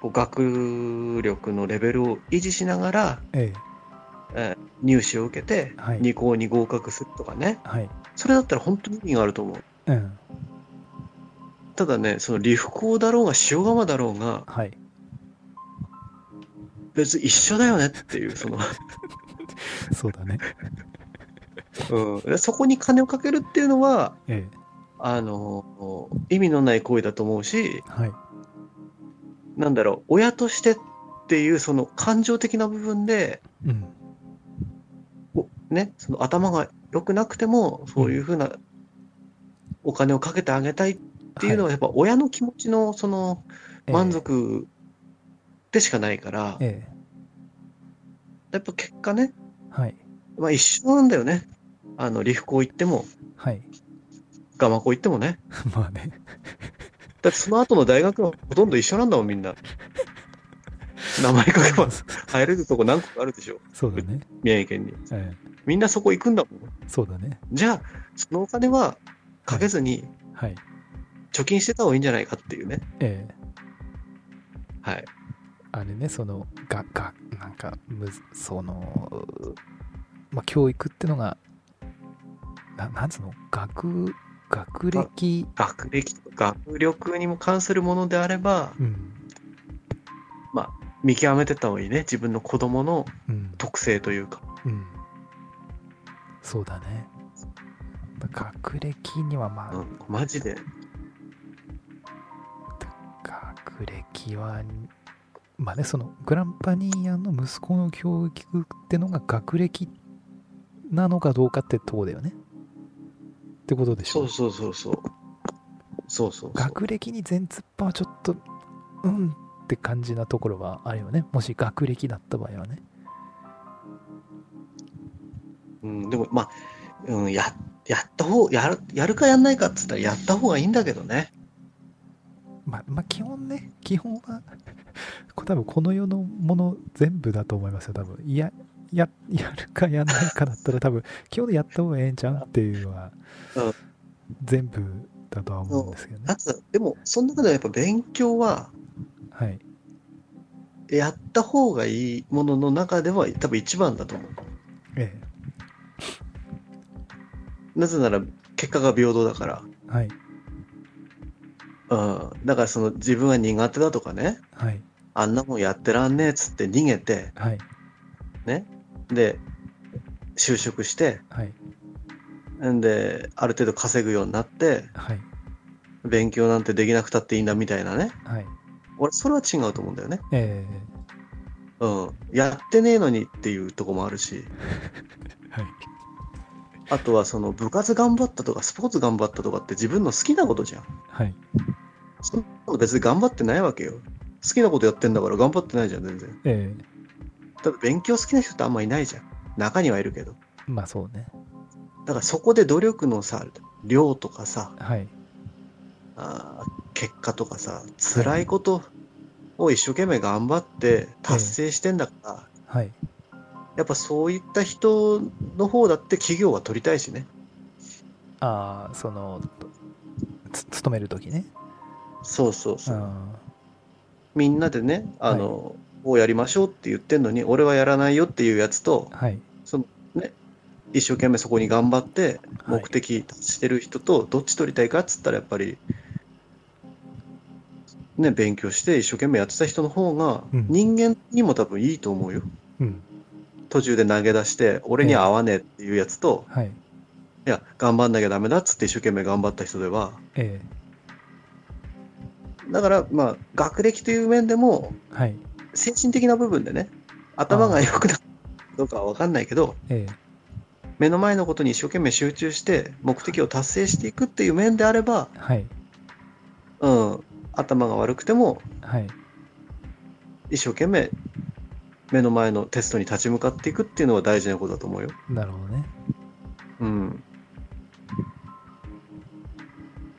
Speaker 2: こう学力のレベルを維持しながら
Speaker 1: ええ
Speaker 2: えー入試を受けて
Speaker 1: はい
Speaker 2: 二校に合格するとかね、
Speaker 1: はい。
Speaker 2: それだったら本当に意味があると思う
Speaker 1: うん。
Speaker 2: ただねその利府校だろうが塩釜だろうが
Speaker 1: はい。
Speaker 2: 別に一緒だよねっていうその、
Speaker 1: そうだね。
Speaker 2: うんで、 そこに金をかけるっていうのは
Speaker 1: ええ。
Speaker 2: あの意味のない行為だと思うし
Speaker 1: はい。
Speaker 2: なんだろう親としてっていうその感情的な部分で
Speaker 1: うん。
Speaker 2: おね、その頭が良くなくても、そういうふうなお金をかけてあげたいっていうのは、やっぱ親の気持ちのその
Speaker 1: ええ
Speaker 2: 満。足でしかないから、
Speaker 1: え
Speaker 2: やっぱ結果ね、
Speaker 1: え。はい。
Speaker 2: まあ、一緒なんだよね。あの、利府校行っても、
Speaker 1: はい。
Speaker 2: ガマ校行ってもね。
Speaker 1: まあね。
Speaker 2: だってその後の大学はほとんど一緒なんだもん、み んな。名前書けば入れるとこ何個かあるでしょ、
Speaker 1: そうだね。
Speaker 2: 宮城県に。
Speaker 1: え
Speaker 2: みんなそこ行くんだもん。
Speaker 1: え。そうだね。
Speaker 2: じゃあ、そのお金はかけずに
Speaker 1: はい。
Speaker 2: 貯金してた方がいいんじゃないかっていうね。
Speaker 1: ええ。
Speaker 2: はい。
Speaker 1: あれね、その、が、が、なんか、むず、その、まあ、教育ってのが、ななんつうの、学、学歴、
Speaker 2: 学歴とか学力にも関するものであれば、
Speaker 1: うん、
Speaker 2: 見極めてった方がいいね。自分の子供の
Speaker 1: うん、
Speaker 2: 特性というか。
Speaker 1: うん。そうだね。学歴には、まあ、
Speaker 2: うん、マジで。
Speaker 1: 学歴は、まあね、そのグランパニーヤの息子の教育ってのが学歴なのかどうかってとこだよね。ってことでし
Speaker 2: そ
Speaker 1: ょ
Speaker 2: う。そうそうそう。そうそうそう。
Speaker 1: 学歴に全突破はちょっと、うんって感じなところはあるよね。もし学歴だった場合はね。
Speaker 2: うん、でも、まあ、うん、や、やった方、やる、やるかやんないかっつったらやった方がいいんだけどね。
Speaker 1: まあ、まあ、基本ね、基本は、 多分この世のもの全部だと思いますよ、多分。いや、や、やるかやんないかだったら多分、基本でやった方がええんちゃうっていうのは
Speaker 2: うん、
Speaker 1: 全部だとは思うんですけどね
Speaker 2: あ。と、でも、その中ではやっぱ勉強は、
Speaker 1: はい。
Speaker 2: やった方がいいものの中では多分一番だと思う。
Speaker 1: え
Speaker 2: なぜなら、結果が平等だから。
Speaker 1: え。はい。
Speaker 2: うん。だから、その自分が苦手だとかね。
Speaker 1: はい。
Speaker 2: あんなもんやってらんねえっつって逃げて、
Speaker 1: はい。
Speaker 2: で、就職して、
Speaker 1: はい。
Speaker 2: んで、ある程度稼ぐようになって、
Speaker 1: はい。
Speaker 2: 勉強なんてできなくたっていいんだみたいなね。
Speaker 1: はい。
Speaker 2: 俺、それは違うと思うんだよね。
Speaker 1: え
Speaker 2: うん。やってねえのにっていうとこもあるし、
Speaker 1: え。はい。
Speaker 2: あとはその部活頑張ったとか、スポーツ頑張ったとかって自分の好きなことじゃん。
Speaker 1: はい。
Speaker 2: そんなの別に頑張ってないわけよ。好きなことやってんだから頑張ってないじゃん、全然。
Speaker 1: え
Speaker 2: ただ勉強好きな人ってあんまいないじゃん。中にはいるけど。
Speaker 1: え。まあそうね。
Speaker 2: だからそこで努力のさ、量とかさ、
Speaker 1: はい。
Speaker 2: あー結果とかさ辛いことを一生懸命頑張って達成してんだから、
Speaker 1: はい。
Speaker 2: やっぱそういった人の方だって企業は取りたいしね
Speaker 1: ああ、その、つ勤めるときね。
Speaker 2: そうそうそう、
Speaker 1: あ
Speaker 2: みんなでねあの、こうやりましょうって言ってんのに俺はやらないよっていうやつと
Speaker 1: あ。はい。
Speaker 2: 一生懸命そこに頑張って
Speaker 1: はい
Speaker 2: 目的達してる人とどっち取りたいかっつったらやっぱりね勉強して一生懸命やってた人の方が
Speaker 1: うん
Speaker 2: 人間にも多分いいと思うよ、
Speaker 1: うん。
Speaker 2: 途中で投げ出して、俺には合わねえっていうやつと、
Speaker 1: はい。
Speaker 2: いや、頑張んなきゃダメだっつって一生懸命頑張った人では、
Speaker 1: え
Speaker 2: だから、まあ、学歴という面でも、
Speaker 1: え。はい。
Speaker 2: 精神的な部分でね、頭が良くなるどうかは分かんないけど、
Speaker 1: ええ。
Speaker 2: 目の前のことに一生懸命集中して、目的を達成していくっていう面であれば、
Speaker 1: はい。
Speaker 2: うん、頭が悪くても、
Speaker 1: はい。
Speaker 2: 一生懸命、目の前のテストに立ち向かっていくっていうのは大事なことだと思うよ。
Speaker 1: なるほどね。
Speaker 2: うん。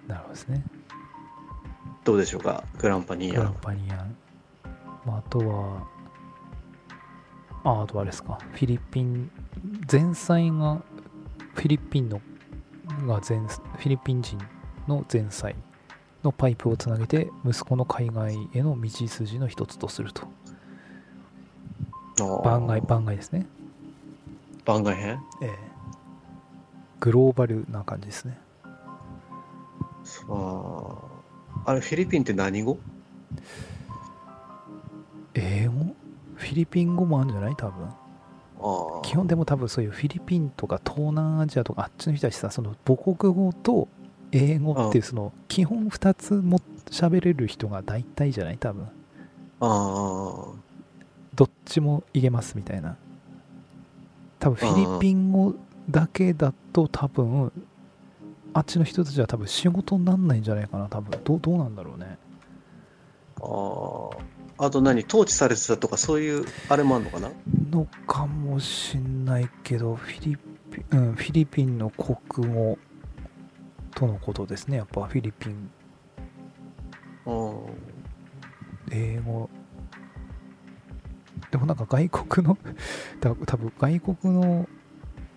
Speaker 1: なるほどですね。
Speaker 2: どうでしょうか、グランパニー
Speaker 1: グラ
Speaker 2: ヤ
Speaker 1: ン。パニアン。まあ、あとは、あ、あとはあれですか。フィリピン、前妻が、フィリピンの、が前、フィリピン人の前妻のパイプをつなげて、息子の海外への道筋の一つとすると。
Speaker 2: あー
Speaker 1: 番外、番外ですね。
Speaker 2: 番外編
Speaker 1: ええグローバルな感じですね
Speaker 2: あああれフィリピンって何語
Speaker 1: 英語フィリピン語もあるんじゃない多分
Speaker 2: ああ
Speaker 1: 基本でも多分そういうフィリピンとか東南アジアとかあっちの人たちさその母国語と英語っていうその基本2つも喋れる人が大体じゃない多分
Speaker 2: あ
Speaker 1: どっちもいけますみたいな多分フィリピン語だけだと多分あっちの人たちは多分仕事になんないんじゃないかな多分どうどうなんだろうね
Speaker 2: ああああと何統治されてたとかそういうあれもあるのかな
Speaker 1: のかもしんないけどフィリピン、うん、フィリピンの国語とのことですねやっぱフィリピン
Speaker 2: うん
Speaker 1: 英語でもなんか外国の た多分外国の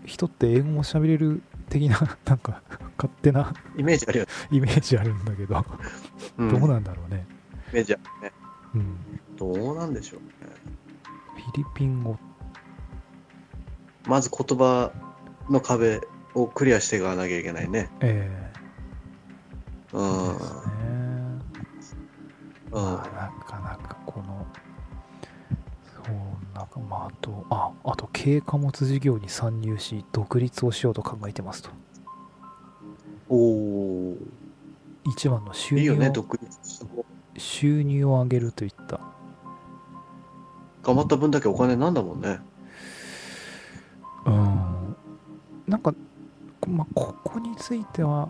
Speaker 1: 人って英語も喋れる的な なんか勝手な
Speaker 2: イメージあるよね、
Speaker 1: イメージあるんだけど、
Speaker 2: うん、
Speaker 1: どう
Speaker 2: イ
Speaker 1: なんだろうね、
Speaker 2: メージあるね
Speaker 1: うん、
Speaker 2: どうなんでしょうね
Speaker 1: フィリピン語
Speaker 2: まず言葉の壁をクリアしていかなきゃいけないね
Speaker 1: え
Speaker 2: う
Speaker 1: え
Speaker 2: ん
Speaker 1: ですね
Speaker 2: うん
Speaker 1: まあなかなかこのそうなんかまああとああと軽貨物事業に参入し独立をしようと考えてますと
Speaker 2: おお
Speaker 1: 一番の収
Speaker 2: いい
Speaker 1: 入
Speaker 2: よ
Speaker 1: を、
Speaker 2: ね独立した方
Speaker 1: 収入を上げるといった
Speaker 2: 頑張った分だけお金なんだもんね
Speaker 1: うんなんか、まあ、ここについては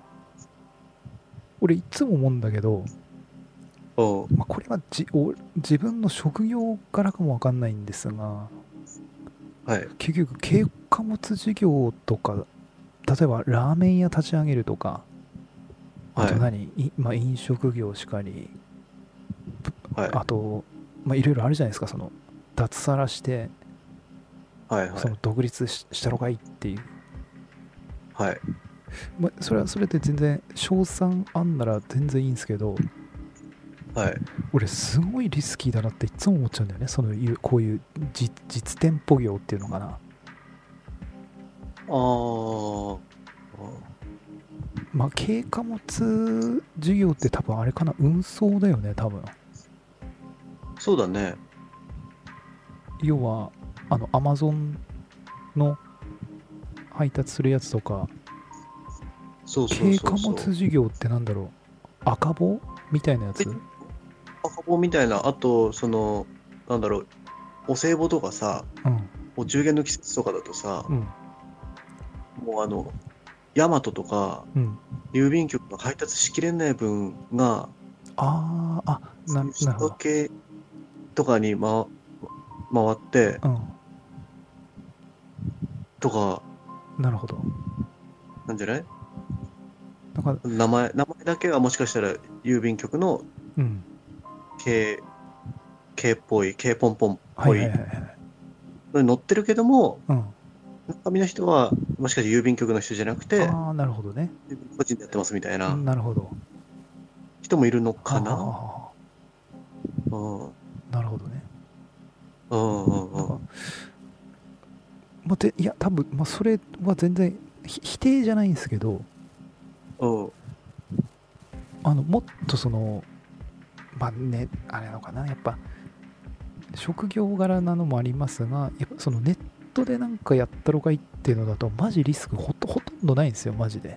Speaker 1: 俺いつも思うんだけど、
Speaker 2: うん
Speaker 1: まあ、これはじお自分の職業からかもわかんないんですが
Speaker 2: はい
Speaker 1: 結局軽貨物事業とか例えばラーメン屋立ち上げるとかあと
Speaker 2: は
Speaker 1: 何、いまあ、飲食業しかり
Speaker 2: いはい
Speaker 1: あと、まあ、いろいろあるじゃないですかその脱サラして
Speaker 2: はいは
Speaker 1: そ
Speaker 2: い
Speaker 1: の独立ししたのがいいっていう
Speaker 2: はい
Speaker 1: まあ、それはそれで全然賞賛あんなら全然いいんですけど
Speaker 2: はい
Speaker 1: 俺すごいリスキーだなっていつも思っちゃうんだよねそのいうこういう実実店舗業っていうのかな、
Speaker 2: あー
Speaker 1: まあ、軽貨物事業って多分あれかな運送だよね多分
Speaker 2: そうだね
Speaker 1: 要はあのアマゾンの配達するやつとか
Speaker 2: そうそう
Speaker 1: 軽
Speaker 2: そ
Speaker 1: 貨
Speaker 2: うそう
Speaker 1: 物事業ってなんだろう赤棒みたいなやつ
Speaker 2: え赤棒みたいなあとそのなんだろうお歳暮とかさ
Speaker 1: うん
Speaker 2: お中元の季節とかだとさ
Speaker 1: う、ん
Speaker 2: もうあのヤマトとか
Speaker 1: うん
Speaker 2: 郵便局が配達しきれない分が
Speaker 1: あーあな
Speaker 2: 仕
Speaker 1: なるほ
Speaker 2: 掛
Speaker 1: ど
Speaker 2: けとかに、ま、回って
Speaker 1: うん
Speaker 2: とか
Speaker 1: なるほど
Speaker 2: なんじゃない
Speaker 1: だから
Speaker 2: 名前名前だけはもしかしたら郵便局の
Speaker 1: うん
Speaker 2: 軽軽っぽい軽ポンポンっ
Speaker 1: はい
Speaker 2: ぽ
Speaker 1: はい
Speaker 2: い
Speaker 1: はいはい
Speaker 2: のに乗ってるけども
Speaker 1: うん
Speaker 2: 中身の人はもしかして郵便局の人じゃなくて
Speaker 1: ああなるほどね
Speaker 2: 個人でやってますみたいな
Speaker 1: なるほど
Speaker 2: 人もいるのか
Speaker 1: あ
Speaker 2: な。
Speaker 1: あ
Speaker 2: うんうん
Speaker 1: なるほどね
Speaker 2: うんうん
Speaker 1: なんか、まあ、でいや多分、まあ、それは全然ひ否定じゃないんですけど
Speaker 2: うん
Speaker 1: あのもっとそのまあねあれなのかなやっぱ職業柄なのもありますがやっぱそのネットでなんかやったろかいっていうのだとマジリスクほとほとんどないんですよマジで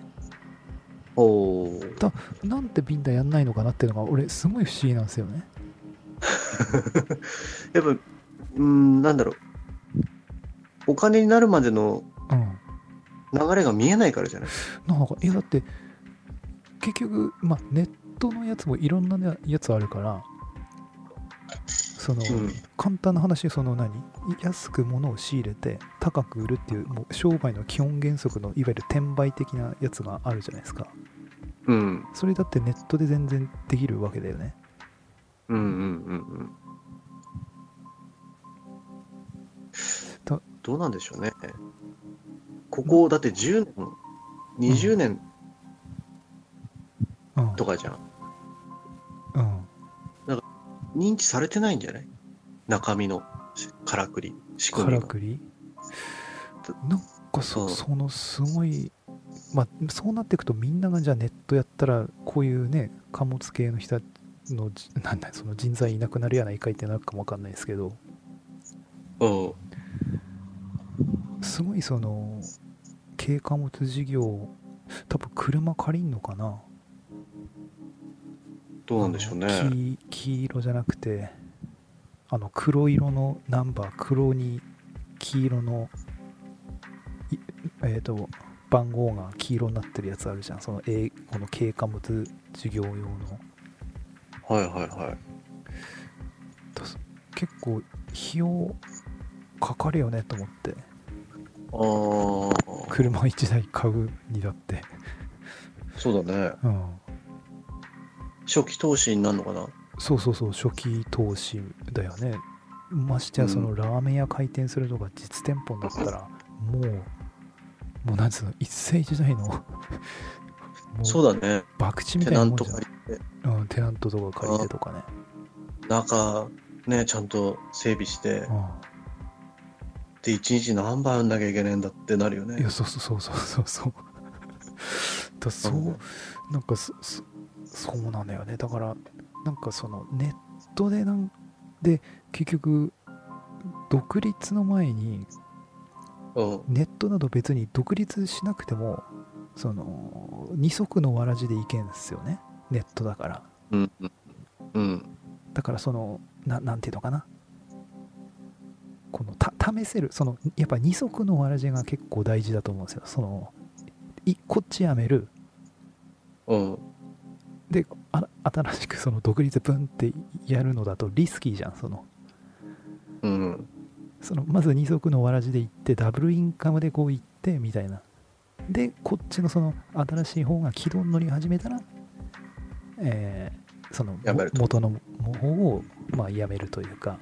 Speaker 2: おー
Speaker 1: なんでみんなやんないのかなっていうのが俺すごい不思議なんですよね
Speaker 2: やっぱ、うん、なんだろう。お金になるまでの
Speaker 1: うん
Speaker 2: 流れが見えないからじゃない
Speaker 1: なんかいやだって結局、まあ、ネットのやつもいろんなねやつあるからその、
Speaker 2: うん
Speaker 1: 簡単な話その何安く物を仕入れて高く売るっていうもう商売の基本原則のいわゆる転売的なやつがあるじゃないですか
Speaker 2: うん。
Speaker 1: それだってネットで全然できるわけだよね
Speaker 2: うんうんうんうん。
Speaker 1: だ
Speaker 2: どうなんでしょうね。ここ、だって10年、20年
Speaker 1: うん
Speaker 2: とかじゃん。
Speaker 1: うん
Speaker 2: 認知されてないんじゃない中身のからくり、仕組
Speaker 1: か
Speaker 2: み
Speaker 1: ら
Speaker 2: が。
Speaker 1: くりなんかそ,、
Speaker 2: うん
Speaker 1: そのすごい、まあ、そうなっていくとみんながじゃあネットやったらこういうね貨物系の人のじ なんだその人材いなくなるやないかいってなるかもわかんないですけど
Speaker 2: うん。
Speaker 1: すごいその軽貨物事業多分車借りんのかな
Speaker 2: どうなんでしょうね。
Speaker 1: あの黄黄色じゃなくてあの黒色のナンバー黒に黄色のいえっ、と番号が黄色になってるやつあるじゃんその英この軽貨物事業用の
Speaker 2: はいはいはい。
Speaker 1: と結構費用かかるよねと思って
Speaker 2: ああ、
Speaker 1: 車1台買うにだって
Speaker 2: そうだね。
Speaker 1: うん
Speaker 2: 初期投資になるのかな
Speaker 1: そうそうそう初期投資だよねましてやそのラーメン屋開店するとか実店舗だったらもうもうなんつうの一世一代の も
Speaker 2: そううだね。
Speaker 1: 博打み
Speaker 2: テ
Speaker 1: たいな
Speaker 2: ナ
Speaker 1: もん
Speaker 2: ン
Speaker 1: じ
Speaker 2: ト
Speaker 1: ゃん
Speaker 2: 借りて、
Speaker 1: うん、テナントとか借りてとかね
Speaker 2: 中、ね、ちゃんと整備して、で、一日何杯売んなきゃいけないんだってなるよ
Speaker 1: うんい
Speaker 2: ね
Speaker 1: や。そうそうそうそうそうそう だそうなんかそそそうなんだよねだからなんかそのネットでなんで結局独立の前に
Speaker 2: うん。
Speaker 1: ネットなど別に独立しなくてもその二足のわらじでいけんですよねネットだから
Speaker 2: うん。うんうん。
Speaker 1: だからそのななんていうのかなこのた試せるそのやっぱ二足のわらじが結構大事だと思うんですよそのいこっちやめる
Speaker 2: うん。
Speaker 1: であら新しくその独立ブンってやるのだとリスキーじゃんその
Speaker 2: うん。
Speaker 1: そのまず二足のわらじで行ってダブルインカムでこう行ってみたいなでこっちのその新しい方が軌道に乗り始めたらえーそのも
Speaker 2: やめると
Speaker 1: 元の方をまあやめるというか、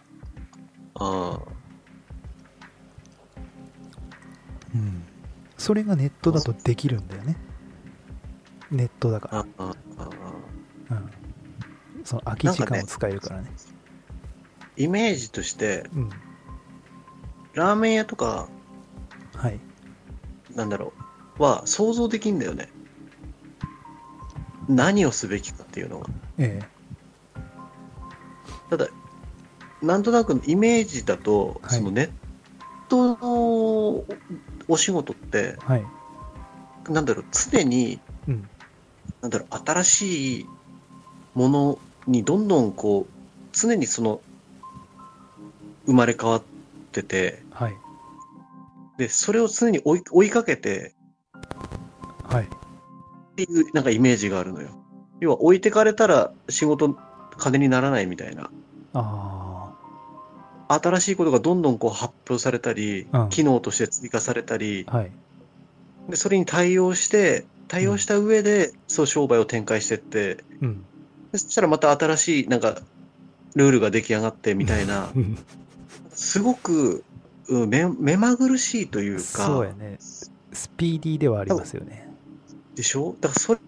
Speaker 2: あ
Speaker 1: うん、それがネットだとできるんだよねネットだ
Speaker 2: あ。
Speaker 1: か
Speaker 2: ああ。ああ
Speaker 1: ら、うん、その空き時間を使えるからね
Speaker 2: イメージとして、
Speaker 1: うん
Speaker 2: ラーメン屋とか、
Speaker 1: はい
Speaker 2: なんだろう、は想像できんだよね。何をすべきかっていうのが。
Speaker 1: ええ
Speaker 2: ただ、なんとなくのイメージだと、
Speaker 1: はい
Speaker 2: そのネットのお仕事って、
Speaker 1: はい
Speaker 2: なんだろう、常に、
Speaker 1: うん
Speaker 2: なんだろう、新しいものにどんどんこう、常にその、生まれ変わってて、
Speaker 1: はい
Speaker 2: で、それを常に追い追いかけて
Speaker 1: はい
Speaker 2: っていう、なんかイメージがあるのよ。要は、置いてかれたら仕事、金にならないみたいな。
Speaker 1: あ
Speaker 2: 新しいことがどんどんこう発表されたり、
Speaker 1: うん
Speaker 2: 機能として追加されたり、
Speaker 1: あはい
Speaker 2: でそれに対応して、対応した上で、そう商売を展開してって、
Speaker 1: うん
Speaker 2: でそしたらまた新しい、なんか、ルールが出来上がってみたいな、すごく、うん目目まぐるしいというか、
Speaker 1: そうやねスピーディーではありますよね
Speaker 2: でしょだからそ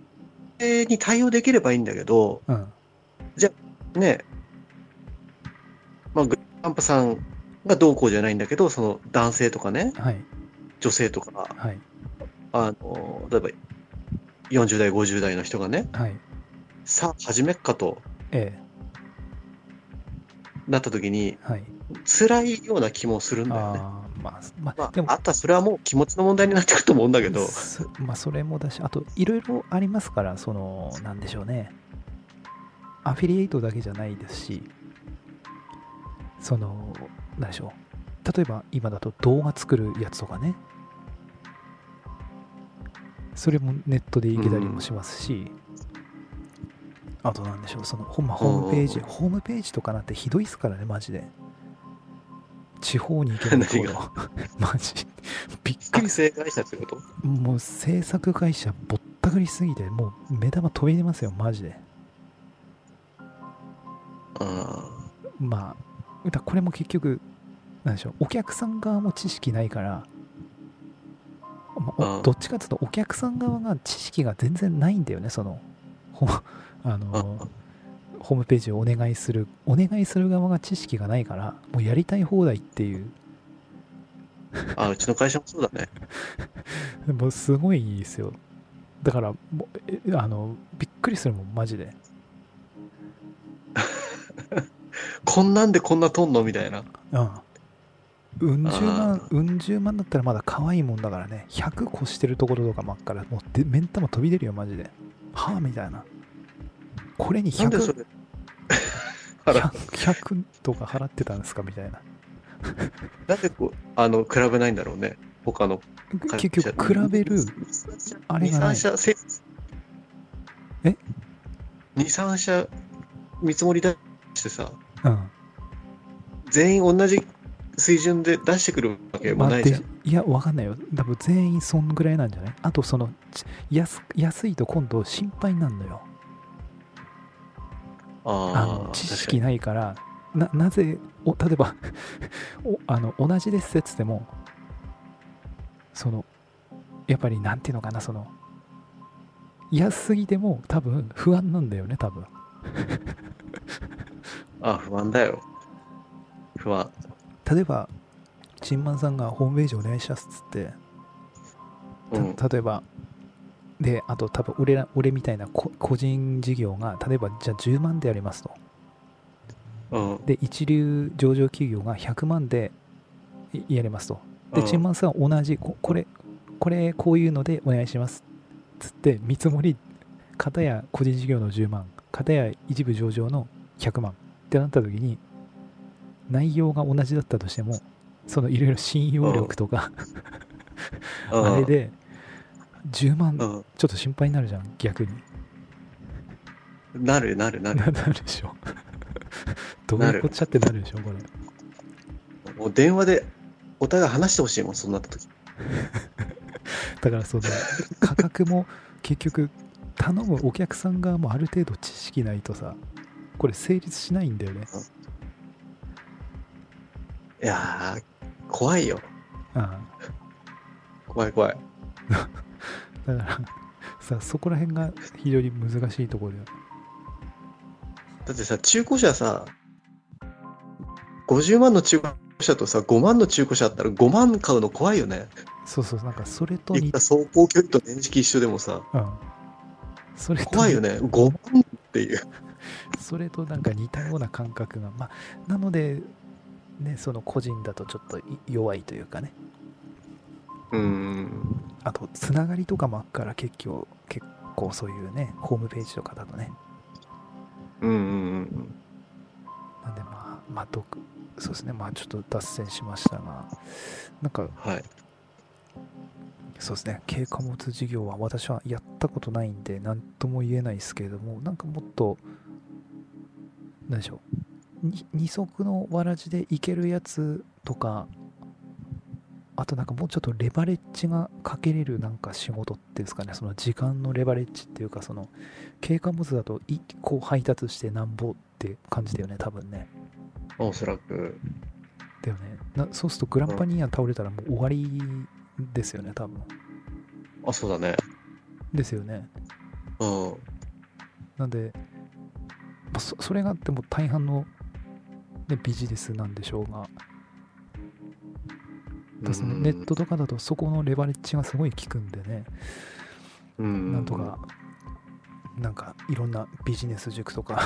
Speaker 2: れに対応できればいいんだけど、
Speaker 1: うん
Speaker 2: ね、まあ、グランパさんがどうこうじゃないんだけど、その男性とかね、
Speaker 1: はい
Speaker 2: 女性とか、
Speaker 1: はい
Speaker 2: あの、例えば、40代、50代の人がね、
Speaker 1: はい
Speaker 2: さあ始めっかと
Speaker 1: え
Speaker 2: なった時に、
Speaker 1: えはい
Speaker 2: 辛いような気もするんだよね。
Speaker 1: あーまあまあ
Speaker 2: ま
Speaker 1: でも
Speaker 2: あ、あったらそれはもう気持ちの問題になってくると思うんだけど、
Speaker 1: そ まあそれもだしあといろいろありますからそのなんでしょうねアフィリエイトだけじゃないですしそのなんでしょう例えば今だと動画作るやつとかねそれもネットでいけたりもしますし、あとなんでしょうそのほんまホームページ、
Speaker 2: うん
Speaker 1: ホームページとかなんてひどいっすからねマジで地方に行けないところ マジびっくり
Speaker 2: 学生会社ってこと
Speaker 1: もう制作会社ぼったくりすぎてもう目玉飛び出ますよマジで
Speaker 2: あ
Speaker 1: まあだこれも結局なんでしょうお客さん側も知識ないから、まあお
Speaker 2: うん
Speaker 1: どっちかっていうとお客さん側が知識が全然ないんだよねそのほ あ
Speaker 2: あ、
Speaker 1: のホームページをお願いするお願いする側が知識がないからもうやりたい放題っていう
Speaker 2: あ、うちの会社もそうだね。
Speaker 1: もうすごいいいですよ。だから、もうえあの、びっくりするもん、マジで。
Speaker 2: こんなんでこんなとんのみたいな。
Speaker 1: うん。うん十
Speaker 2: あ
Speaker 1: 万、うん十万だったらまだ可愛いもんだからね、100個してるところとか真っから、もうで目ん玉飛び出るよ、マジで。はあみたいな。これに
Speaker 2: なんで
Speaker 1: 100
Speaker 2: それ あら、
Speaker 1: 100とか払ってたんですかみたいな。
Speaker 2: なんでこう、あの、比べないんだろうね。他の会社
Speaker 1: 結局、比べる、あれがない
Speaker 2: 二三社、せ
Speaker 1: え
Speaker 2: 二三社見積もり出してさ、
Speaker 1: うん。
Speaker 2: 全員同じ水準で出してくるわけも
Speaker 1: まあ
Speaker 2: ないじゃん。
Speaker 1: でいや、わかんないよ。多分全員そんぐらいなんじゃないあと、その、ち安安いと今度心配なんだよ。あ
Speaker 2: あ
Speaker 1: の
Speaker 2: あ、
Speaker 1: 知識ないからななぜお例えば おあの同じですって言ってもそのやっぱりなんていうのかなその安すぎても多分不安なんだよね多分
Speaker 2: 確かにあ不安だよ。不安。
Speaker 1: 例えばチンマンさんがホームページお願いしますっつって
Speaker 2: うん。
Speaker 1: た例えばであと多分俺ら俺みたいなこ個人事業が例えばじゃあ10万でやりますと
Speaker 2: うん。
Speaker 1: で一流上場企業が100万でいやりますとで、
Speaker 2: うん
Speaker 1: チンマンさんは同じこ、これ、これ、こういうのでお願いします。つって、見積もり、片や個人事業の10万、片や一部上場の100万ってなった時に、内容が同じだったとしても、そのいろいろ信用力とか、あれで、10万、
Speaker 2: う
Speaker 1: ちょ
Speaker 2: ん。
Speaker 1: っと心配になるじゃん、逆に。
Speaker 2: うん。なるな る なる。
Speaker 1: なるでしょ。どういうこっちゃってなるでしょ、これ。
Speaker 2: もう電話でお互い話してほしいもん、そうなった時。
Speaker 1: だから その価格も結局頼むお客さん側もある程度知識ないとさこれ成立しないんだよね。
Speaker 2: いやー、怖いよ。
Speaker 1: あ
Speaker 2: 怖い怖い。
Speaker 1: あだから さそこら辺が非常に難しいところだよ。
Speaker 2: だってさ、中古車さ、50万の中古車とさ、5万の中古車あったら5万買うの怖いよね。
Speaker 1: そうそうなんかそれと
Speaker 2: い
Speaker 1: 似
Speaker 2: くら走行距離と年式一緒でもさ、
Speaker 1: うん、それと
Speaker 2: 怖いよね。5万っていう。
Speaker 1: それとなんか似たような感覚がまあなのでねその個人だとちょっとい弱いというかね
Speaker 2: うーん。
Speaker 1: あとつながりとかもあっから結局結構そういうねホームページとかだとね
Speaker 2: うんうん
Speaker 1: なんでまあ、まあ、どそうですね、まあちょっと脱線しましたが、なんか
Speaker 2: うん。はい。
Speaker 1: そうですね、軽貨物事業は私はやったことないんで、なんとも言えないですけれども、なんかもっと、なんでしょう、に二足のわらじでいけるやつとか、あとなんかもうちょっとレバレッジがかけれるなんか仕事っていうんですかね、その時間のレバレッジっていうか、その軽貨物だといこう配達してなんぼって感じだよね、多分ね。
Speaker 2: おそらく。
Speaker 1: だよねなそうするとグランパニア倒れたらもう終わりですよね多分
Speaker 2: あ、そうだね。
Speaker 1: ですよね
Speaker 2: うん。
Speaker 1: なんで、まあ、そそれがでも大半の、ね、ビジネスなんでしょうがだそのネットとかだとそこのレバレッジがすごい効くんでね
Speaker 2: うん、
Speaker 1: なんとかなんかいろんなビジネス塾とか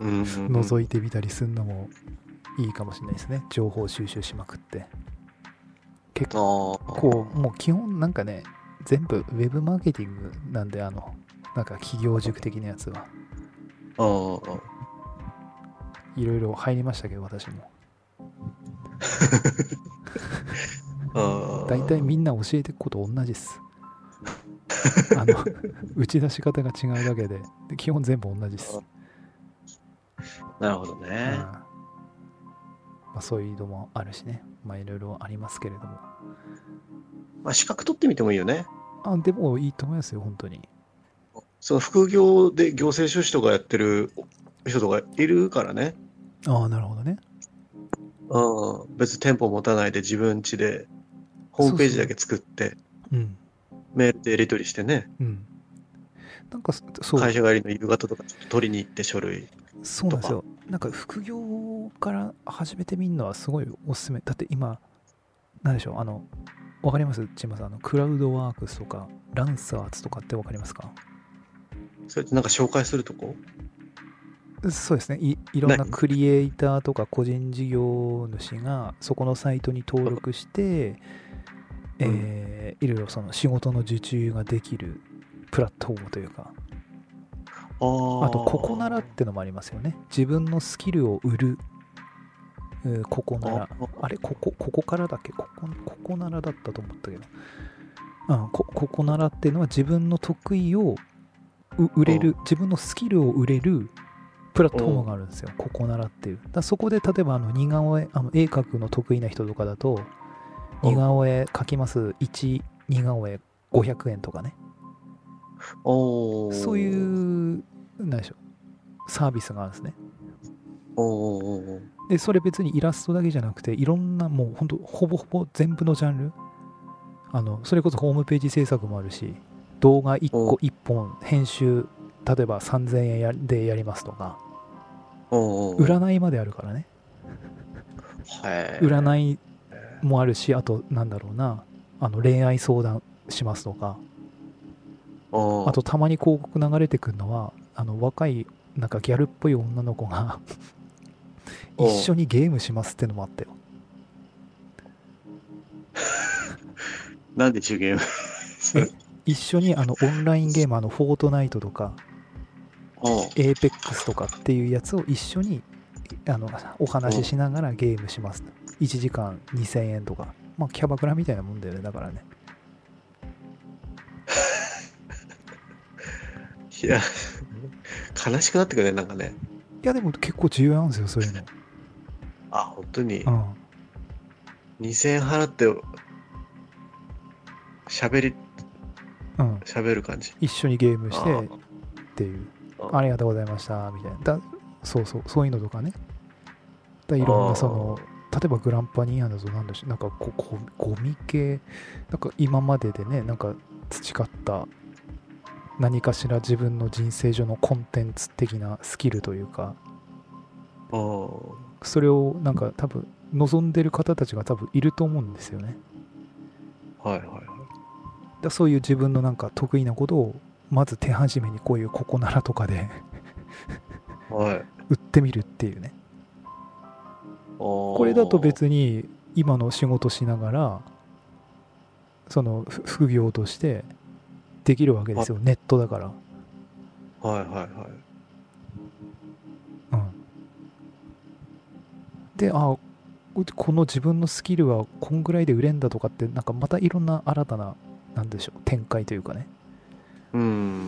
Speaker 2: うん、
Speaker 1: 覗
Speaker 2: い
Speaker 1: いてみたりするのもいいかもしれないですね情報収集しまくって結
Speaker 2: あー
Speaker 1: こうもう基本なんかね全部ウェブマーケティングなんであのなんか企業塾的なやつは
Speaker 2: あー
Speaker 1: いろいろ入りましたけど私も
Speaker 2: あー
Speaker 1: 大体みんな教えていくこと同じですあの打ち出し方が違うだけでで基本全部同じです、
Speaker 2: あなるほど
Speaker 1: うん
Speaker 2: ね。
Speaker 1: まあ、そういうのもあるしねまあいろいろありますけれども
Speaker 2: まあ、資格取ってみてもいいよね。
Speaker 1: あでもいいと思いますよ本当に
Speaker 2: その副業で行政書士とかやってる人とかいるからね。
Speaker 1: ああなるほどね
Speaker 2: うん、別に店舗持たないで自分家でホームページだけ作って
Speaker 1: うん
Speaker 2: メールでやり取りしてね
Speaker 1: うんなんかそそう
Speaker 2: 会社帰りの夕方とかちょっと取りに行って書類
Speaker 1: そうなんですよ。なんか副業から始めてみるのはすごいおすすめ。だって今、なんでしょう、あの、わかりますチーマさん、あの、クラウドワークスとか、ランサーズとかってわかりますか
Speaker 2: それってなんか紹介するとこ
Speaker 1: そうですねい。いろんな
Speaker 2: ない
Speaker 1: クリエイターとか個人事業主が、そこのサイトに登録して、えーいろいろその仕事の受注ができるプラットフォームというか、
Speaker 2: あー
Speaker 1: あと、ここならってのもありますよね。自分のスキルを売る、うんここなら。あれここ、ここからだっけここ、ここならだったと思ったけど。うん、こ、ここならっていうのは自分の得意をう売れる、自分のスキルを売れるプラットフォームがあるんですよ。ここならっていう。だからそこで、例えば、あの、似顔絵、あの、絵描くの得意な人とかだと、
Speaker 2: うん
Speaker 1: 似顔絵描きます。1似顔絵500円とかね。
Speaker 2: おー
Speaker 1: そういう、なんでしょう、サービスがあるんですね。
Speaker 2: おーおーおー
Speaker 1: でそれ別にイラストだけじゃなくていろんなもうほんとほぼほぼ全部のジャンルあのそれこそホームページ制作もあるし動画1個
Speaker 2: お
Speaker 1: 1本編集例えば3000円やでやりますとか
Speaker 2: おーおー
Speaker 1: 占いまであるからね
Speaker 2: へー
Speaker 1: 占いもあるしあとなんだろうなあの恋愛相談しますとか
Speaker 2: おー
Speaker 1: あとたまに広告流れてくるのはあの若いなんかギャルっぽい女の子が
Speaker 2: おう
Speaker 1: 一緒にゲームしますってのもあったよ
Speaker 2: なんで中 ゲーム
Speaker 1: 一緒にあのオンラインゲームあのフォートナイトとか
Speaker 2: おー
Speaker 1: エーペックスとかっていうやつを一緒にあのお話ししながらゲームします。1時間2000円とか。まあ、キャバクラみたいなもんだよね、だからね。
Speaker 2: いや悲しくなってくるねなんかね
Speaker 1: いや、でも結構重要なんですよ、そういうの。
Speaker 2: あ本当に
Speaker 1: うん。
Speaker 2: 2000円払って喋り
Speaker 1: うん。
Speaker 2: 喋る感じ
Speaker 1: 一緒にゲームして
Speaker 2: あ
Speaker 1: っていう。
Speaker 2: あ
Speaker 1: ありがとうございました、みたいな。だそうそう、そういうのとかね。だいろんなその、例えばグランパニーアだとなんだし、なんかここゴミ系、なんか今まででね、なんか培った何かしら自分の人生上のコンテンツ的なスキルというか、
Speaker 2: あー
Speaker 1: それをなんか多分望んでる方たちが多分いると思うんですよね。
Speaker 2: はいはいはい
Speaker 1: だそういう自分のなんか得意なことをまず手始めにこういうここならとかで
Speaker 2: はい。
Speaker 1: 売ってみるっていうね。
Speaker 2: こ
Speaker 1: これだと別に今の仕事しながらそのふ副業としてできるわけですよネットだから、
Speaker 2: はいはいはい。
Speaker 1: うん、であうこの自分のスキルはこんぐらいで売れんだとかってなんかまたいろんな新たななんでしょう展開というかね
Speaker 2: うん。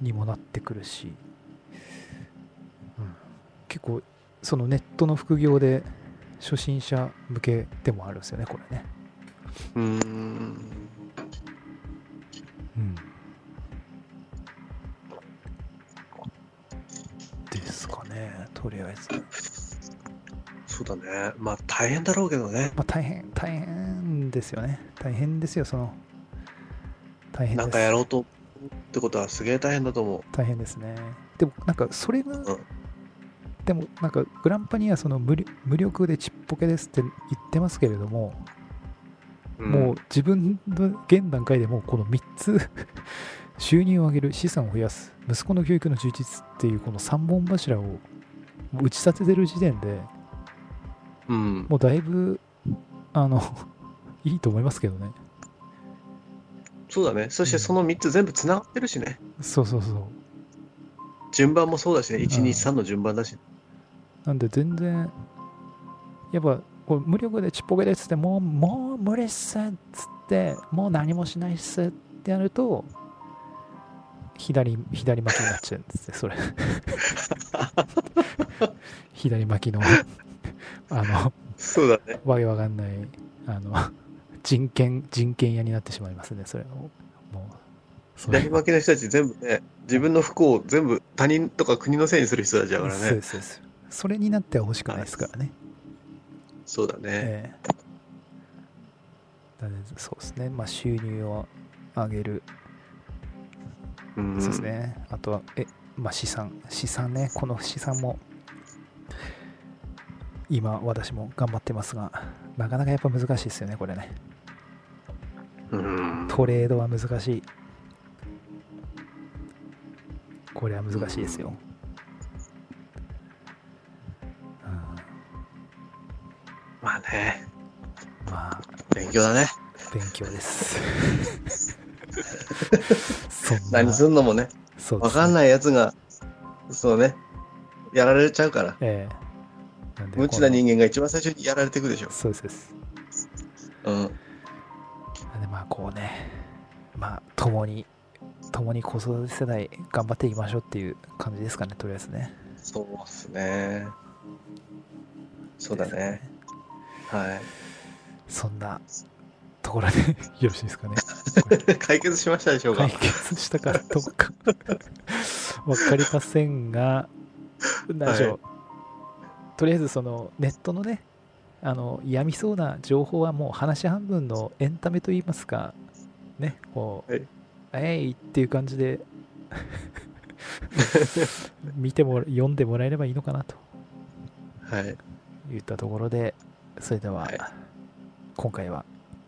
Speaker 1: にもなってくるし、うん、結構そのネットの副業で初心者向けでもあるんですよねこれね
Speaker 2: うーん。
Speaker 1: ですかね、とりあえず。
Speaker 2: そうだね。まあ大変だろうけどね。
Speaker 1: まあ、大変、大変ですよね。大変ですよ、その。大変で
Speaker 2: な
Speaker 1: す。
Speaker 2: んかやろうとってことはすげえ大変だと思
Speaker 1: 大変ですね。でも、なんか、それが、
Speaker 2: ん
Speaker 1: でも、なんか、グランパニア、その無力、無力でちっぽけですって言ってますけれども、
Speaker 2: う。
Speaker 1: もう自分の現段階でもうこの3つ 収入を上げる資産を増やす息子の教育の充実っていうこの3本柱を打ち立ててる時点で
Speaker 2: うん。うん。
Speaker 1: もうだいぶあの いいと思いますけどね
Speaker 2: そうだね。そしてその3つ全部つながってるしね。
Speaker 1: そうそうそう
Speaker 2: 順番もそうだしね。1、
Speaker 1: うん
Speaker 2: 2、3の順番だし。
Speaker 1: なんで全然やっぱこう無力でちっぽけですってもうもう無理っすっつってもう何もしないっすってやると左左巻きになっちゃうんですね それ左巻きのあの
Speaker 2: そうだね。
Speaker 1: わけわかんないあの人権人権屋になってしまいますねそれもうそれ
Speaker 2: 左巻きの人たち全部ね、自分の不幸を全部他人とか国のせいにする人たちだから
Speaker 1: そうで
Speaker 2: ね。
Speaker 1: すそうですそれになっては欲しくないですからね
Speaker 2: そうだね。
Speaker 1: ええだねそうですね、まあ、収入を上げる、
Speaker 2: うん。
Speaker 1: そうです。ね、あとは、えまあ、資産、資産ね、この資産も、今私も頑張ってますがなかなかやっぱ難しいですよねこれね
Speaker 2: うん。
Speaker 1: トレードは難しいこれは難しいですよ、うん、
Speaker 2: まあね、
Speaker 1: まあ
Speaker 2: 勉強だね。
Speaker 1: 勉強ですそん
Speaker 2: 何すんのもね、
Speaker 1: そう
Speaker 2: わかん
Speaker 1: い
Speaker 2: ないやつが、そうね、やられちゃうから。
Speaker 1: ええなんで
Speaker 2: 無知な人間が一番最初にやられていくでしょ。
Speaker 1: そうですそうです
Speaker 2: うん。
Speaker 1: でまあこうねまあ共に共に子育て世代頑張っていきましょうっていう感じですかねとりあえずね
Speaker 2: そうっすね。そうだね。は
Speaker 1: そんなところでよろしい ですかね
Speaker 2: い。解決しましたでしょうか
Speaker 1: 解。決したかどうかわかりませんが何でしょう、
Speaker 2: はい
Speaker 1: とりあえずそのネットのねあのやみそうな情報はもう話半分のエンタメといいますかねこう、
Speaker 2: はい
Speaker 1: えいっていう感じ で見ても読んでもらえればいいのかなと
Speaker 2: はい。
Speaker 1: いったところでそれでは、
Speaker 2: はい
Speaker 1: 今回は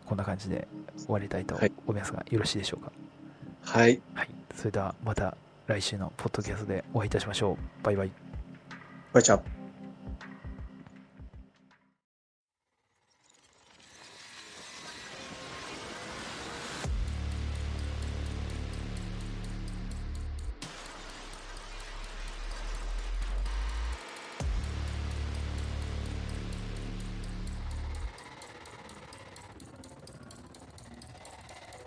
Speaker 1: こんな感じで終わりたいと
Speaker 2: はい
Speaker 1: 思いますが、よろしいでしょうか
Speaker 2: はい。
Speaker 1: はい、それではまた来週のポッドキャストでお会いいたしましょう。バイバイ。
Speaker 2: こんにちは。